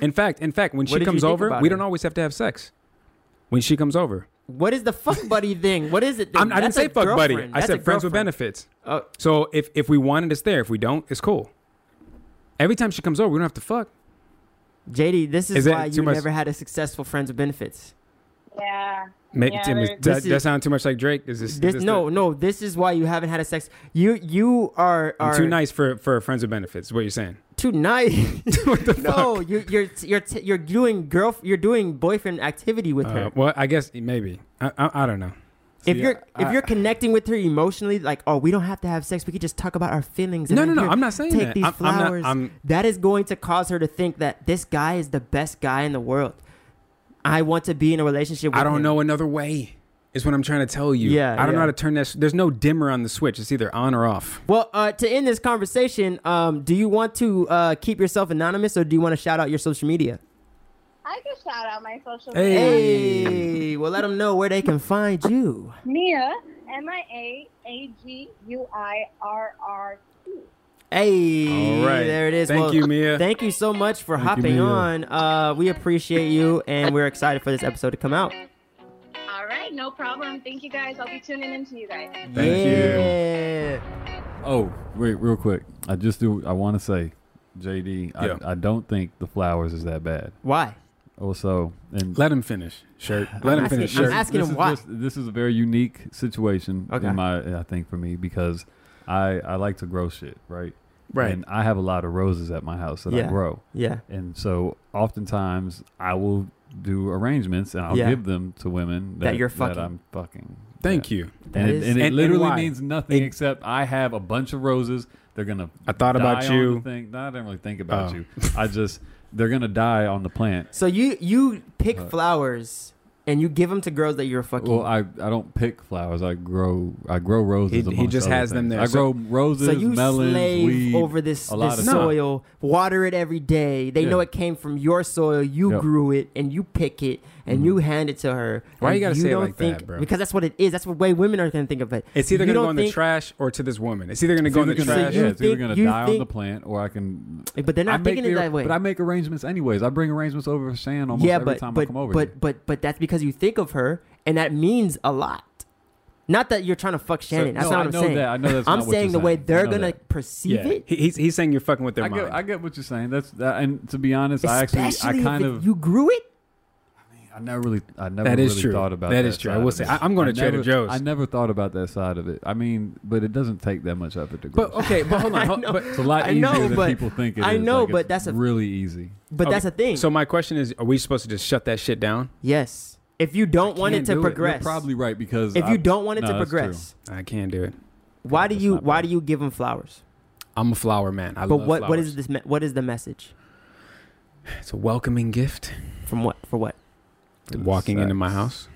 Speaker 2: in fact, in fact, when
Speaker 1: did
Speaker 2: she
Speaker 1: you
Speaker 2: comes
Speaker 1: think
Speaker 2: over,
Speaker 1: about
Speaker 2: we
Speaker 1: her?
Speaker 2: don't always have to have sex. When she comes over,
Speaker 1: What is the fuck buddy thing? What is it? Then?
Speaker 2: I'm, I didn't
Speaker 1: That's a
Speaker 2: say fuck buddy.
Speaker 1: girlfriend.
Speaker 2: I
Speaker 1: That's a
Speaker 2: said friends with
Speaker 1: girlfriend.
Speaker 2: benefits.
Speaker 1: Oh,
Speaker 2: So if if we want it, it's there. If we don't, it's cool. Every time she comes over, we don't have to fuck.
Speaker 1: JD, this is,
Speaker 2: Is that
Speaker 1: why
Speaker 2: too
Speaker 1: you
Speaker 2: much-
Speaker 1: never had a successful friends with benefits.
Speaker 3: yeah,
Speaker 2: Ma-
Speaker 3: Yeah,
Speaker 2: Tim, is-
Speaker 3: there's-
Speaker 2: does
Speaker 1: This
Speaker 2: that, that
Speaker 1: is-
Speaker 2: sound too much like Drake? Is this, is
Speaker 1: This,
Speaker 2: this
Speaker 1: no,
Speaker 2: the-
Speaker 1: no. This is why you haven't had a sex. You you are
Speaker 2: I'm
Speaker 1: are
Speaker 2: too nice for for friends with benefits. is What you're saying?
Speaker 1: Too nice. no, you, Oh, you're you're t- you're doing girl. You're doing boyfriend activity with
Speaker 2: Uh,
Speaker 1: her.
Speaker 2: well, I guess maybe. I I, I don't know.
Speaker 1: if
Speaker 4: See,
Speaker 1: you're if
Speaker 4: I-
Speaker 1: you're connecting with her emotionally, like oh, we don't have to have sex. We could just talk about our feelings. and
Speaker 2: No, no,
Speaker 1: then
Speaker 2: no.
Speaker 1: here,
Speaker 2: I'm not saying
Speaker 1: take
Speaker 2: that.
Speaker 1: these
Speaker 2: I'm, I'm not-
Speaker 1: flowers.
Speaker 2: I'm-
Speaker 1: That is going to cause her to think that this guy is the best guy in the world. I want to be in a relationship. with
Speaker 2: I don't
Speaker 1: him.
Speaker 2: know another way. Is what I'm trying to tell you.
Speaker 1: Yeah,
Speaker 2: I don't
Speaker 1: yeah.
Speaker 2: know how to turn that. s- There's no dimmer on the switch. It's either on or off.
Speaker 1: Well, uh, to end this conversation, um, do you want to uh, keep yourself anonymous or do you want to shout out your social media?
Speaker 3: I can shout out my social
Speaker 2: Hey.
Speaker 3: media.
Speaker 1: Hey, well, let them know where they can find you.
Speaker 3: Mia M I A A G U I R R T.
Speaker 1: Hey,
Speaker 2: All right.
Speaker 1: there it is.
Speaker 2: Thank
Speaker 1: Well,
Speaker 2: you, Mia.
Speaker 1: Thank you so much for
Speaker 4: you,
Speaker 1: hopping
Speaker 4: Mia.
Speaker 1: on. Uh, we appreciate you, and we're excited for this episode to come out.
Speaker 3: All right, no problem. Thank you guys. I'll be tuning in to you guys.
Speaker 4: Thank you.
Speaker 1: yeah. you.
Speaker 4: Oh, wait, real quick. I just do. I want to say, JD,
Speaker 2: Yeah.
Speaker 4: I, I don't think the flowers is that bad.
Speaker 1: Why?
Speaker 4: Also, and
Speaker 2: Let him finish. Shirt. Let him
Speaker 1: asking-
Speaker 2: finish.
Speaker 1: I'm
Speaker 2: Shirt.
Speaker 1: asking
Speaker 4: this
Speaker 1: him
Speaker 4: is
Speaker 1: why.
Speaker 4: just- this is a very unique situation
Speaker 1: Okay.
Speaker 4: in my, I think, for me because I I like to grow shit, right?
Speaker 2: Right.
Speaker 4: And I have a lot of roses at my house that
Speaker 1: Yeah.
Speaker 4: I grow,
Speaker 1: Yeah.
Speaker 4: and so oftentimes I will do arrangements and I'll
Speaker 1: Yeah.
Speaker 4: give them to women
Speaker 1: That you're fucking.
Speaker 4: I'm fucking.
Speaker 2: Thank
Speaker 4: Yeah.
Speaker 2: you.
Speaker 1: That
Speaker 4: And
Speaker 1: is-
Speaker 4: it, and it
Speaker 2: And- and
Speaker 4: literally
Speaker 2: why?
Speaker 4: means nothing
Speaker 2: It-
Speaker 4: except I have a bunch of roses. They're gonna.
Speaker 2: I thought
Speaker 4: die
Speaker 2: about
Speaker 4: on
Speaker 2: you.
Speaker 4: the thing. No, I didn't really think about
Speaker 2: Oh.
Speaker 4: you. I just they're gonna die on the plant.
Speaker 1: So you you pick flowers and you give them to girls that you're fucking.
Speaker 4: Uh, Well, I, I don't pick flowers. I grow I grow
Speaker 2: He-
Speaker 4: roses.
Speaker 2: he
Speaker 4: amongst
Speaker 2: just
Speaker 4: other
Speaker 2: has them
Speaker 4: things.
Speaker 2: there.
Speaker 4: I
Speaker 2: So-
Speaker 4: grow roses,
Speaker 1: so you
Speaker 4: melons,
Speaker 1: slave
Speaker 4: weed,
Speaker 1: over this,
Speaker 4: a lot
Speaker 1: this
Speaker 4: of stuff.
Speaker 1: soil, water it every day. They
Speaker 4: Yeah.
Speaker 1: know it came from your soil. You
Speaker 4: Yep. Mm-hmm.
Speaker 1: grew it, and you pick it, and you hand it to her.
Speaker 2: Why
Speaker 1: and
Speaker 2: you gotta say it
Speaker 1: don't
Speaker 2: like that,
Speaker 1: think,
Speaker 2: bro?
Speaker 1: Because that's what it is. That's what way women are gonna think of it.
Speaker 2: It's either
Speaker 1: You
Speaker 2: going to
Speaker 1: don't
Speaker 2: go in the
Speaker 1: think-
Speaker 2: trash or to this woman. It's either going to go in the
Speaker 4: It's either gonna-
Speaker 2: trash.
Speaker 1: So
Speaker 4: yeah,
Speaker 1: you
Speaker 4: it's either
Speaker 1: think-
Speaker 4: gonna
Speaker 1: you
Speaker 4: die on the
Speaker 1: think-
Speaker 4: plant, or I can.
Speaker 1: But they're
Speaker 4: I
Speaker 1: not
Speaker 4: make
Speaker 1: thinking it
Speaker 4: the-
Speaker 1: that way.
Speaker 4: But I make arrangements anyways. I bring arrangements over for Shan almost every
Speaker 1: but,
Speaker 4: time
Speaker 1: but,
Speaker 4: I come over.
Speaker 1: But,
Speaker 4: here.
Speaker 1: but but that's because you think of her, and that means a lot. Not that you're trying to fuck Shannon. that's
Speaker 4: no,
Speaker 1: not
Speaker 4: I
Speaker 1: what I'm
Speaker 4: know
Speaker 1: saying.
Speaker 4: that. I know that's
Speaker 1: I'm
Speaker 4: not what
Speaker 1: saying
Speaker 4: you're
Speaker 1: the way
Speaker 4: saying. I
Speaker 1: they're
Speaker 4: know
Speaker 1: gonna
Speaker 4: that.
Speaker 1: perceive
Speaker 2: Yeah.
Speaker 1: it,
Speaker 2: He, he's, he's saying you're fucking with their
Speaker 4: I
Speaker 2: mind.
Speaker 4: get, I get what you're saying. That's that, and to be honest, I
Speaker 1: especially
Speaker 4: actually I kind
Speaker 1: if it-
Speaker 4: of
Speaker 1: you grew it.
Speaker 4: I never really I never
Speaker 2: That is
Speaker 4: really
Speaker 2: true.
Speaker 4: thought about
Speaker 2: That
Speaker 4: that.
Speaker 2: is true. I
Speaker 4: side
Speaker 2: will
Speaker 4: of
Speaker 2: say,
Speaker 4: it.
Speaker 2: I- I'm going to Trader
Speaker 4: never-
Speaker 2: Joe's.
Speaker 4: I never thought about that side of it. I mean, but it doesn't take that much effort to grow.
Speaker 2: but okay, but hold on. hold- but,
Speaker 4: it's a lot
Speaker 1: oh, I
Speaker 4: easier
Speaker 1: know,
Speaker 4: than
Speaker 1: but-
Speaker 4: people think it
Speaker 1: I
Speaker 4: is.
Speaker 1: know,
Speaker 4: Like,
Speaker 1: but
Speaker 4: it's
Speaker 1: that's a-
Speaker 4: really easy.
Speaker 1: But that's a
Speaker 2: okay,
Speaker 1: thing.
Speaker 2: So my question is: Are we supposed to just shut that shit down?
Speaker 1: yes, if you don't want it
Speaker 2: can't
Speaker 1: to
Speaker 2: do it. You're
Speaker 1: progress,
Speaker 4: You're probably right because
Speaker 1: if
Speaker 4: I-
Speaker 1: you don't want it
Speaker 4: no,
Speaker 1: to
Speaker 4: that's true.
Speaker 1: progress,
Speaker 2: I can't do it.
Speaker 1: why do
Speaker 4: That's
Speaker 1: you
Speaker 4: not
Speaker 1: why
Speaker 4: bad.
Speaker 1: do you give them flowers?
Speaker 2: I'm a flower man. I
Speaker 1: but
Speaker 2: love
Speaker 1: what what
Speaker 2: flowers.
Speaker 1: is this? Me- what is the message
Speaker 2: It's a welcoming gift.
Speaker 1: from what for what?
Speaker 4: That's
Speaker 2: walking into my
Speaker 4: facts.
Speaker 2: house.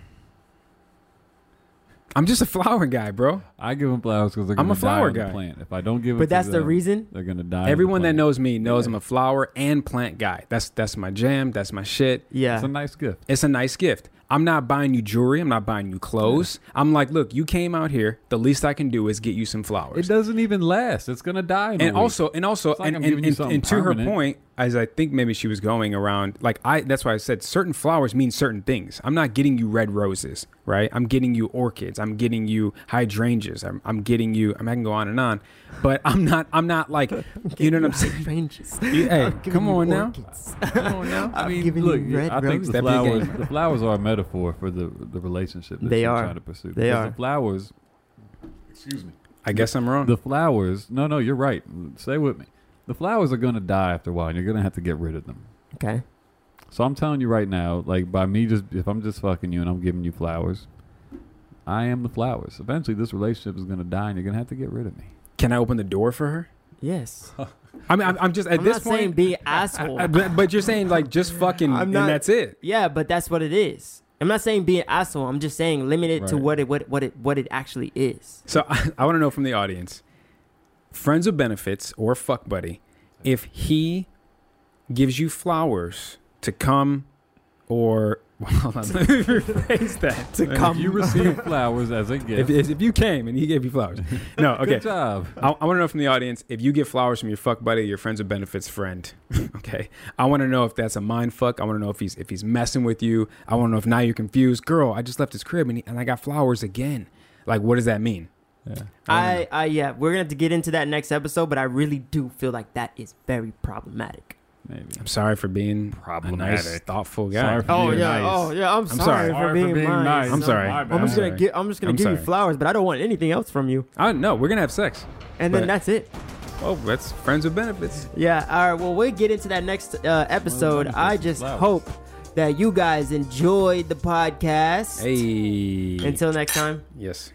Speaker 2: I'm just a flower guy, bro.
Speaker 4: I give them flowers because they're
Speaker 2: I'm
Speaker 4: gonna
Speaker 2: a flower
Speaker 4: die
Speaker 2: guy.
Speaker 4: on the plant. If I don't give it,
Speaker 1: But
Speaker 4: to
Speaker 1: that's the
Speaker 4: them,
Speaker 1: reason.
Speaker 4: they're gonna die. on the
Speaker 2: Everyone that
Speaker 4: plant.
Speaker 2: knows me knows
Speaker 4: Yeah.
Speaker 2: I'm a flower and plant guy. That's that's my jam. That's my shit.
Speaker 4: it's
Speaker 1: Yeah,
Speaker 4: a nice gift.
Speaker 2: It's a nice gift. I'm not buying you jewelry. I'm not buying you clothes. I'm like, look, you came out here. The least I can do is get you some
Speaker 4: It
Speaker 2: flowers.
Speaker 4: doesn't even last. It's gonna die. In a
Speaker 2: and
Speaker 4: week.
Speaker 2: also, and also,
Speaker 4: It's like
Speaker 2: and,
Speaker 4: I'm
Speaker 2: and-
Speaker 4: giving you
Speaker 2: and-
Speaker 4: something
Speaker 2: and to her
Speaker 4: permanent.
Speaker 2: point, as I think maybe she was going around, like I, that's why I said certain flowers mean certain things. I'm not getting you red roses, right? I'm getting you orchids. I'm getting you hydrangeas. I'm, I'm getting you. I, mean, I can go on and on, but I'm not. I'm not like, you know what I'm saying?
Speaker 1: Ranges.
Speaker 2: You- hey,
Speaker 1: giving
Speaker 2: come
Speaker 1: you
Speaker 2: on now.
Speaker 1: orchids.
Speaker 4: Come on now.
Speaker 1: I'm
Speaker 4: I mean,
Speaker 1: giving
Speaker 4: look,
Speaker 1: you red
Speaker 4: I think
Speaker 1: roses.
Speaker 4: the
Speaker 2: Step your
Speaker 4: flowers, the flowers are a metaphor for the the relationship that
Speaker 1: They
Speaker 4: she's
Speaker 1: are.
Speaker 4: trying to pursue.
Speaker 1: They
Speaker 4: Because
Speaker 1: are.
Speaker 4: The flowers. Excuse me.
Speaker 2: I guess I'm wrong.
Speaker 4: The flowers. No, no, you're right. Stay with me. The flowers are gonna die after a while, and you're gonna have to get rid of them.
Speaker 1: Okay.
Speaker 4: So I'm telling you right now, like by me just if I'm just fucking you and I'm giving you flowers, I am the flowers. Eventually, this relationship is gonna die, and you're gonna have to get rid of me.
Speaker 2: can I open the door for her?
Speaker 1: Yes.
Speaker 2: I mean, I'm, I'm just at
Speaker 1: I'm
Speaker 2: this
Speaker 1: not
Speaker 2: point.
Speaker 1: saying be an asshole.
Speaker 2: I- but, but you're saying like just fucking,
Speaker 1: I'm
Speaker 2: and
Speaker 1: not-
Speaker 2: that's it.
Speaker 1: Yeah, but that's what it is. I'm not saying be an asshole. I'm just saying limit it to
Speaker 4: Right.
Speaker 1: what it what what it what it actually is.
Speaker 2: So I, I want to know from the audience, friends with benefits or fuck buddy, if he gives you flowers to come, or well, hold on, let me rephrase that to
Speaker 4: If you receive flowers as a gift,
Speaker 2: If, if you came and he gave you flowers, no, okay.
Speaker 4: good job.
Speaker 2: I, I want to know from the audience if you get flowers from your fuck buddy, your friends with benefits friend. okay, I want to know if that's a mind fuck. I want to know if he's if he's messing with you. I want to know if now you're confused. Girl, I just left his crib and, he, and I got flowers again. Like, what does that mean?
Speaker 4: Yeah.
Speaker 2: I don't
Speaker 1: I, I yeah, we're gonna have to get into that next episode, but I really do feel like that is very problematic.
Speaker 4: Maybe.
Speaker 2: I'm sorry for being problematic,
Speaker 4: Problematic.
Speaker 2: a nice, thoughtful guy.
Speaker 4: Sorry for being nice.
Speaker 1: Oh, yeah, I'm,
Speaker 2: sorry.
Speaker 4: nice.
Speaker 2: I'm sorry.
Speaker 4: My
Speaker 2: I'm
Speaker 1: I'm
Speaker 4: bad.
Speaker 1: just gonna give I'm just gonna
Speaker 2: I'm
Speaker 1: give you
Speaker 2: sorry.
Speaker 1: flowers, but I don't want anything else from you.
Speaker 2: I don't know. We're gonna have sex.
Speaker 1: And
Speaker 2: But-
Speaker 1: then that's it.
Speaker 2: Oh, that's friends with benefits.
Speaker 1: Yeah. All right. Well, we'll get into that next uh, episode.
Speaker 4: Well,
Speaker 1: I just
Speaker 4: flowers.
Speaker 1: hope that you guys enjoyed the podcast.
Speaker 2: Hey.
Speaker 1: Until next time.
Speaker 2: yes.